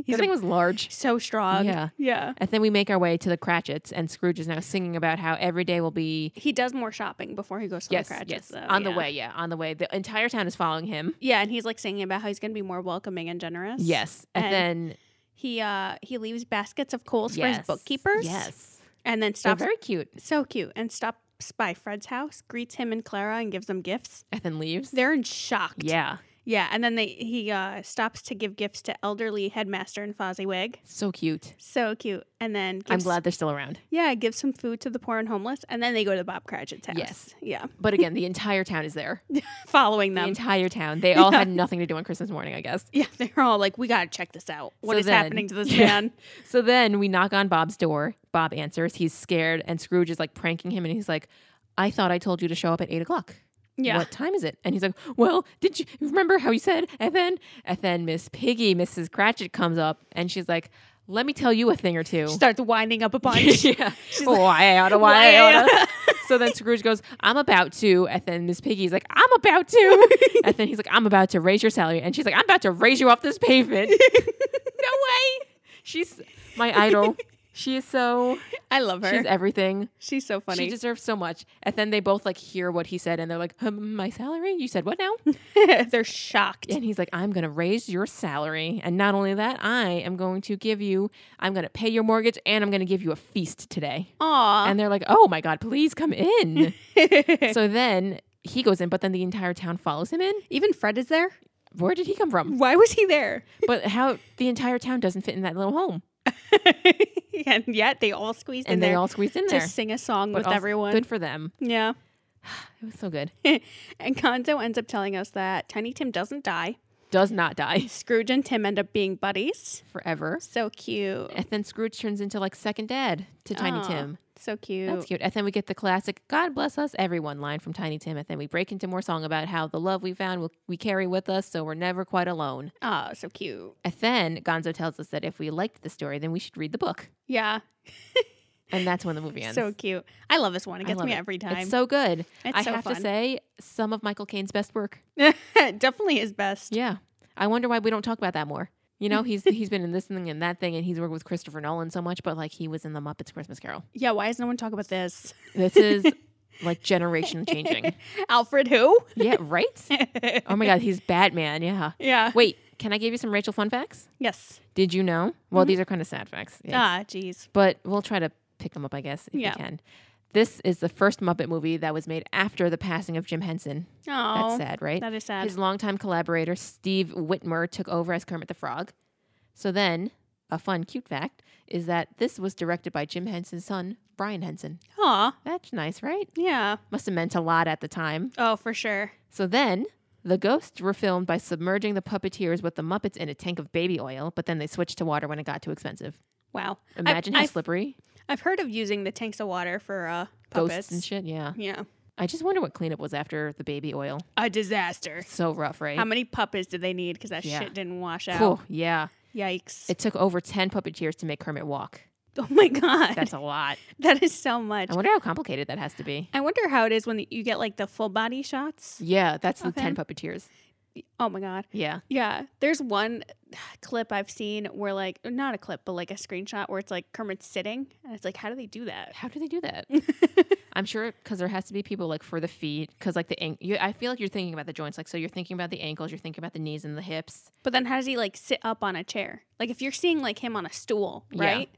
His thing was large.
So strong.
Yeah.
Yeah.
And then we make our way to the Cratchits, and Scrooge is now singing about how every day will be.
He does more shopping before he goes to
Yes,
the Cratchits.
yes.
though,
on
yeah.
the way, yeah, on the way. The entire town is following him.
Yeah, and he's like singing about how he's going to be more welcoming and generous.
Yes. And,
And
then.
He uh he leaves baskets of coals for
yes.
his bookkeepers.
Yes.
And then
They're
stops
very cute.
so cute and stops by Fred's house, greets him and Clara and gives them gifts.
And then leaves.
They're in shock.
yeah.
Yeah, and then they he uh stops to give gifts to elderly headmaster and Fozziwig.
So cute.
So cute. And then gives,
I'm glad they're still around.
Yeah, gives some food to the poor and homeless, and then they go to Bob Cratchit's house.
Yes.
Yeah.
But again, the entire town is there.
Following
The
them.
entire town. They all had nothing to do on Christmas morning, I guess.
Yeah, they're all like, we got to check this out. What
So
is
then-
happening to this
Yeah.
man?
So then we knock on Bob's door. Bob answers. He's scared, and Scrooge is like pranking him, and he's like, "I thought I told you to show up at eight o'clock."
Yeah.
What time is it? And he's like, Well, did you remember how you said? And then, and then Miss Piggy, Mrs. Cratchit comes up and she's like, Let me tell you a thing or two.
Starts winding up a bunch.
yeah. Why oughta, why
Why
oughta. So then Scrooge goes, I'm about to. And then Miss Piggy's like, I'm about to. and then he's like, I'm about to raise your salary. And she's like, I'm about to raise you off this pavement. no way. She's my idol. She is so,
I love her.
she's
She's,
everything.
so funny.
She deserves so much. And then they both like hear what he said and they're like, um, my salary? You said what now?
they're shocked.
and he's like, I'm going to raise your salary. And not only that, I am going to give you, I'm going to pay your mortgage and I'm going to give you a feast today.
Aw.
And they're like, oh my God, please come in. so then he goes in, but then the entire town follows him in.
Even Fred is there.
Where did he come from?
Why was he there?
But how the entire town doesn't fit in that little home.
and yet they all squeezed in
And they
there
all squeezed in
to
there.
sing a song
But
with
also-
everyone.
Good for them.
Yeah.
It was so good.
And Gonzo ends up telling us that Tiny Tim doesn't die.
Does not die
Scrooge and Tim end up being buddies.
forever.
So cute.
And then Scrooge turns into like second dad to Tiny
Aw,
Tim.
So cute.
That's cute. And then we get the classic "God bless us, everyone" line from Tiny Tim, and then we break into more song about how the love we found will we carry with us, so we're never quite alone.
Oh, so cute.
And then Gonzo tells us that if we liked the story, then we should read the book,
Yeah.
and that's when the movie ends.
So cute. I love this one. It
I
gets
love
me
it.
every time.
it's so good.
It's
I
so
have
fun.
to say, some of Michael Caine's best work.
Definitely his best.
Yeah, I wonder why we don't talk about that more. You know, he's he's been in this thing and that thing, and he's worked with Christopher Nolan so much, but like he was in the Muppets Christmas Carol.
Yeah, why does no one talk about this?
This is like generation changing.
Alfred who?
Yeah, right. Oh my God, he's Batman. Yeah.
yeah.
Wait, can I give you some Rachel fun facts?
Yes.
Did you know?
Mm-hmm.
Well, these are kind of sad facts. yikes.
Ah, jeez.
But we'll try to pick them up, I guess, if
Yeah.
we can. This is the first Muppet movie that was made after the passing of Jim Henson.
Oh.
That's sad, right?
That is sad.
His longtime collaborator, Steve Whitmer, took over as Kermit the Frog. So then, a fun, cute fact is that this was directed by Jim Henson's son, Brian Henson.
Aw.
That's nice, right?
Yeah.
Must have meant a lot at the time.
Oh, for sure.
So then, the ghosts were filmed by submerging the puppeteers with the Muppets in a tank of baby oil, but then they switched to water when it got too expensive.
Wow. I've-
Imagine how
I've,
slippery
I've heard of using the tanks of water for uh,
ghosts
puppets.
and shit. Yeah.
yeah.
I just wonder what cleanup was after the baby oil.
A disaster.
So rough, right?
How many puppets did they need? Because that
Yeah.
shit didn't wash out.
Cool. Yeah.
Yikes.
It took over 10 puppeteers to make Kermit walk.
Oh my god,
That's a lot.
that is so much.
I wonder how complicated that has to be.
I wonder how it is when you get like the full body shots.
Yeah, that's the
Okay.
10 puppeteers.
Oh my god.
Yeah.
Yeah, there's one clip I've seen where like not a clip, but like a screenshot where it's like Kermit's sitting, and it's like, how do they do that?
How do they do that? I'm sure because there has to be people like for the feet because like the an- you, I feel like you're thinking about the joints like so you're thinking about the ankles you're thinking about the knees and the hips
But then how does he like sit up on a chair? Like if you're seeing like him on a stool,
Yeah.
right?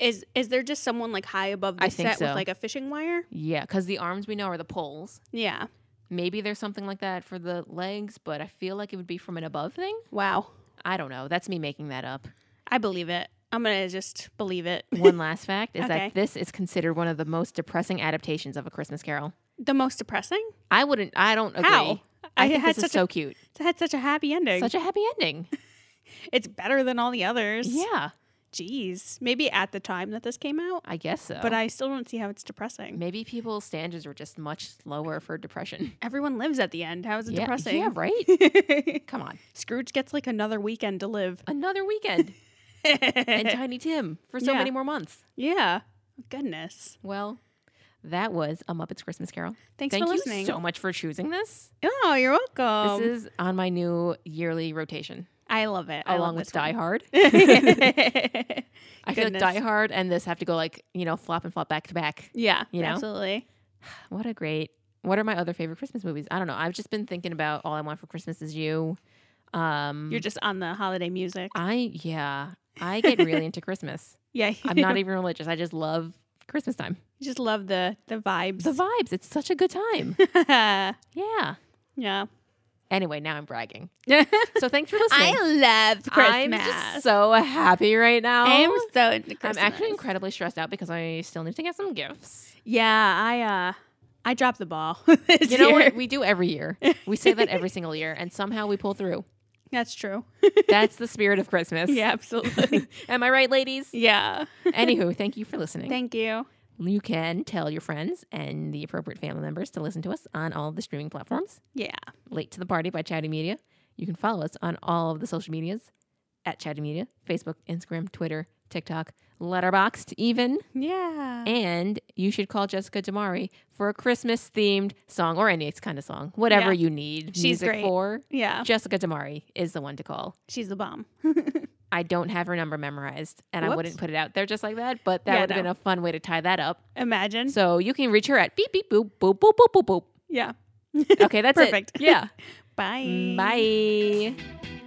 Is is there just someone like high above the
I think
set
so.
with like a fishing wire?
yeah because the arms we know are the poles
Yeah.
maybe there's something like that for the legs but I feel like it would be from an above thing
Wow.
I don't know that's me making that up
I believe it. I'm gonna just believe it.
one last fact is
Okay.
that this is considered one of the most depressing adaptations of a Christmas Carol
The most depressing.
I wouldn't I don't agree
How?
I,
I
think
had
this is
such a-
so cute
It had such a happy ending.
such a happy ending
it's better than all the others.
yeah
Jeez. Maybe at the time that this came out,
I guess so
but I still don't see how it's depressing.
maybe people's standards were just much lower for depression.
Everyone lives at the end. How is it
Yeah,
depressing?
Yeah, right. Come on.
Scrooge gets like another weekend to live.
Another weekend and Tiny Tim for so
Yeah.
many more months.
yeah. Goodness.
Well, that was a Muppet's Christmas Carol.
Thanks
Thank
for
you
listening.
so much for choosing this.
Oh, you're welcome.
this is on my new yearly rotation,
I love it.
along with Die Hard.
Die.
I feel like
Goodness.
Die Hard and this have to go like you know flop and flop back to back.
yeah,
You know?
absolutely.
What a great. What are my other favorite Christmas movies? I don't know. I've just been thinking about All I Want for Christmas Is You. Um,
You're just on the holiday music.
I yeah. I get really into Christmas.
yeah,
I'm not even religious. I just love Christmas time.
you just love the the vibes.
The vibes. It's such a good time. Yeah.
yeah.
Anyway, now I'm bragging. So thanks for listening.
I love
I'm just so happy right now.
I'm so into Christmas.
I'm actually incredibly stressed out because I still need to get some gifts.
Yeah, I uh, I dropped the ball.
You know what? We do every year. We say that every single year, and somehow we pull through.
That's true.
That's the spirit of Christmas.
yeah, absolutely.
Am I right, ladies?
yeah.
Anywho, thank you for listening.
Thank you.
you can tell your friends and the appropriate family members to listen to us on all the streaming platforms.
Yeah.
Late to the Party by Chatty Media. You can follow us on all of the social medias at Chatty Media Facebook, Instagram, Twitter, TikTok, Letterboxd, even.
Yeah.
And you should call Jessica Damari for a Christmas themed song or any kind of song, whatever
Yeah.
you need
She's
music
great. Oh.
for.
yeah.
Jessica Damari is the one to call.
She's the bomb.
I don't have her number memorized and I
Whoops.
wouldn't put it out there just like that, but that
Yeah,
would have
no. Mm.
been a fun way to tie that up.
Imagine.
So you can reach her at beep, beep, boop, boop, boop, boop, boop, boop.
yeah.
Okay, that's it. Mm,
Perfect.
Yeah.
Bye.
Bye.